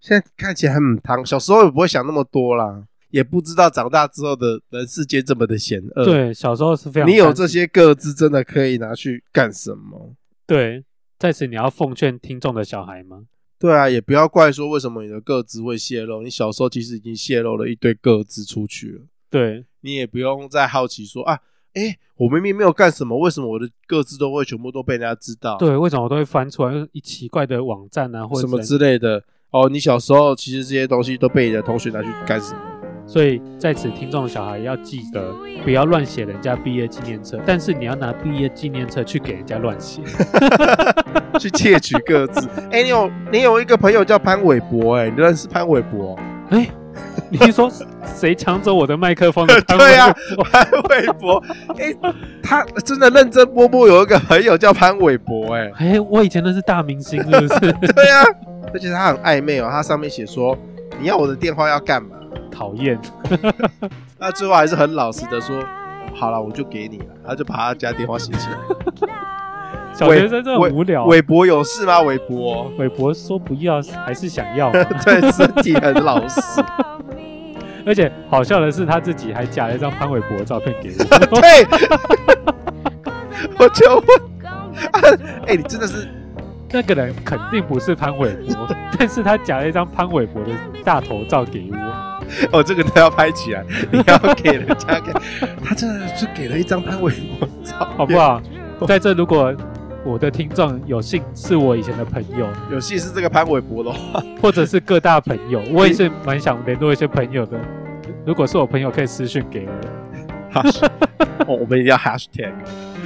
[SPEAKER 2] 现在看起来很母汤，小时候也不会想那么多啦，也不知道长大之后的人世间这么的险恶。，
[SPEAKER 1] 对，啊小时候是非常
[SPEAKER 2] 你有
[SPEAKER 1] 单
[SPEAKER 2] 这些个资，真的可以拿去干什么？
[SPEAKER 1] 对，在此你要奉劝听众的小孩吗？
[SPEAKER 2] 对啊，也不要怪说为什么你的个资会泄露，你小时候其实已经泄露了一堆个资出去了，
[SPEAKER 1] 对，
[SPEAKER 2] 你也不用再好奇说啊，诶，我明明没有干什么，为什么我的个资都会全部都被人家知道？，
[SPEAKER 1] 对，为什么我都会翻出来就是一奇怪的网站啊，或者
[SPEAKER 2] 什么
[SPEAKER 1] 是
[SPEAKER 2] 之类的。哦，你小时候其实这些东西都被你的同学拿去干什么？
[SPEAKER 1] 所以在此，听众小孩要记得不要乱写人家毕业纪念册，但是你要拿毕业纪念册去给人家乱 写。
[SPEAKER 2] 去窃取个资？诶，你有你有一个朋友叫潘玮柏、诶，你认识潘玮柏？哦
[SPEAKER 1] 哎、你是说谁抢走我的麦克风的摊位？
[SPEAKER 2] 对啊 潘玮柏，诶，他真的认真波波有一个朋友叫潘玮柏、诶。
[SPEAKER 1] 哎、我以前那是大明星， 是不是？
[SPEAKER 2] 对啊，而且他很暧昧哦，他上面写说你要我的电话要干嘛？
[SPEAKER 1] 讨厌。
[SPEAKER 2] 那最后还是很老实的 说，好了，我就给你了，他就把他家电话写起来。
[SPEAKER 1] 小学生真的很无聊。
[SPEAKER 2] 韦伯有事吗？韦伯，
[SPEAKER 1] 韦伯说不要，还是想 要嘛。
[SPEAKER 2] 对，身体很老 实。
[SPEAKER 1] 而且好笑的是，他自己还夹了一张潘玮柏的照片给 我。
[SPEAKER 2] 对，我就问， 哎、你真的是
[SPEAKER 1] 那个人肯定不是潘玮 柏，但是他夹了一张潘玮柏的大头照给我。
[SPEAKER 2] 哦，这个都要拍起来，你要给人家给，他真的是给了一张潘玮柏照，
[SPEAKER 1] 好不？好？ 在这，如果我的听众有幸是我以前的朋友，
[SPEAKER 2] 有戏是这个潘玮柏哦 咯，
[SPEAKER 1] 或者是各大朋友，我也是蛮想联络一些朋友的。如果是我朋友，可以私讯给我
[SPEAKER 2] 哦，我们一定要 hashtag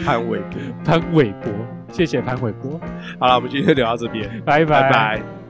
[SPEAKER 2] 潘玮柏。
[SPEAKER 1] 潘玮柏，谢谢潘玮柏，
[SPEAKER 2] 好了，我们今天就聊到这边，
[SPEAKER 1] 拜
[SPEAKER 2] 拜拜。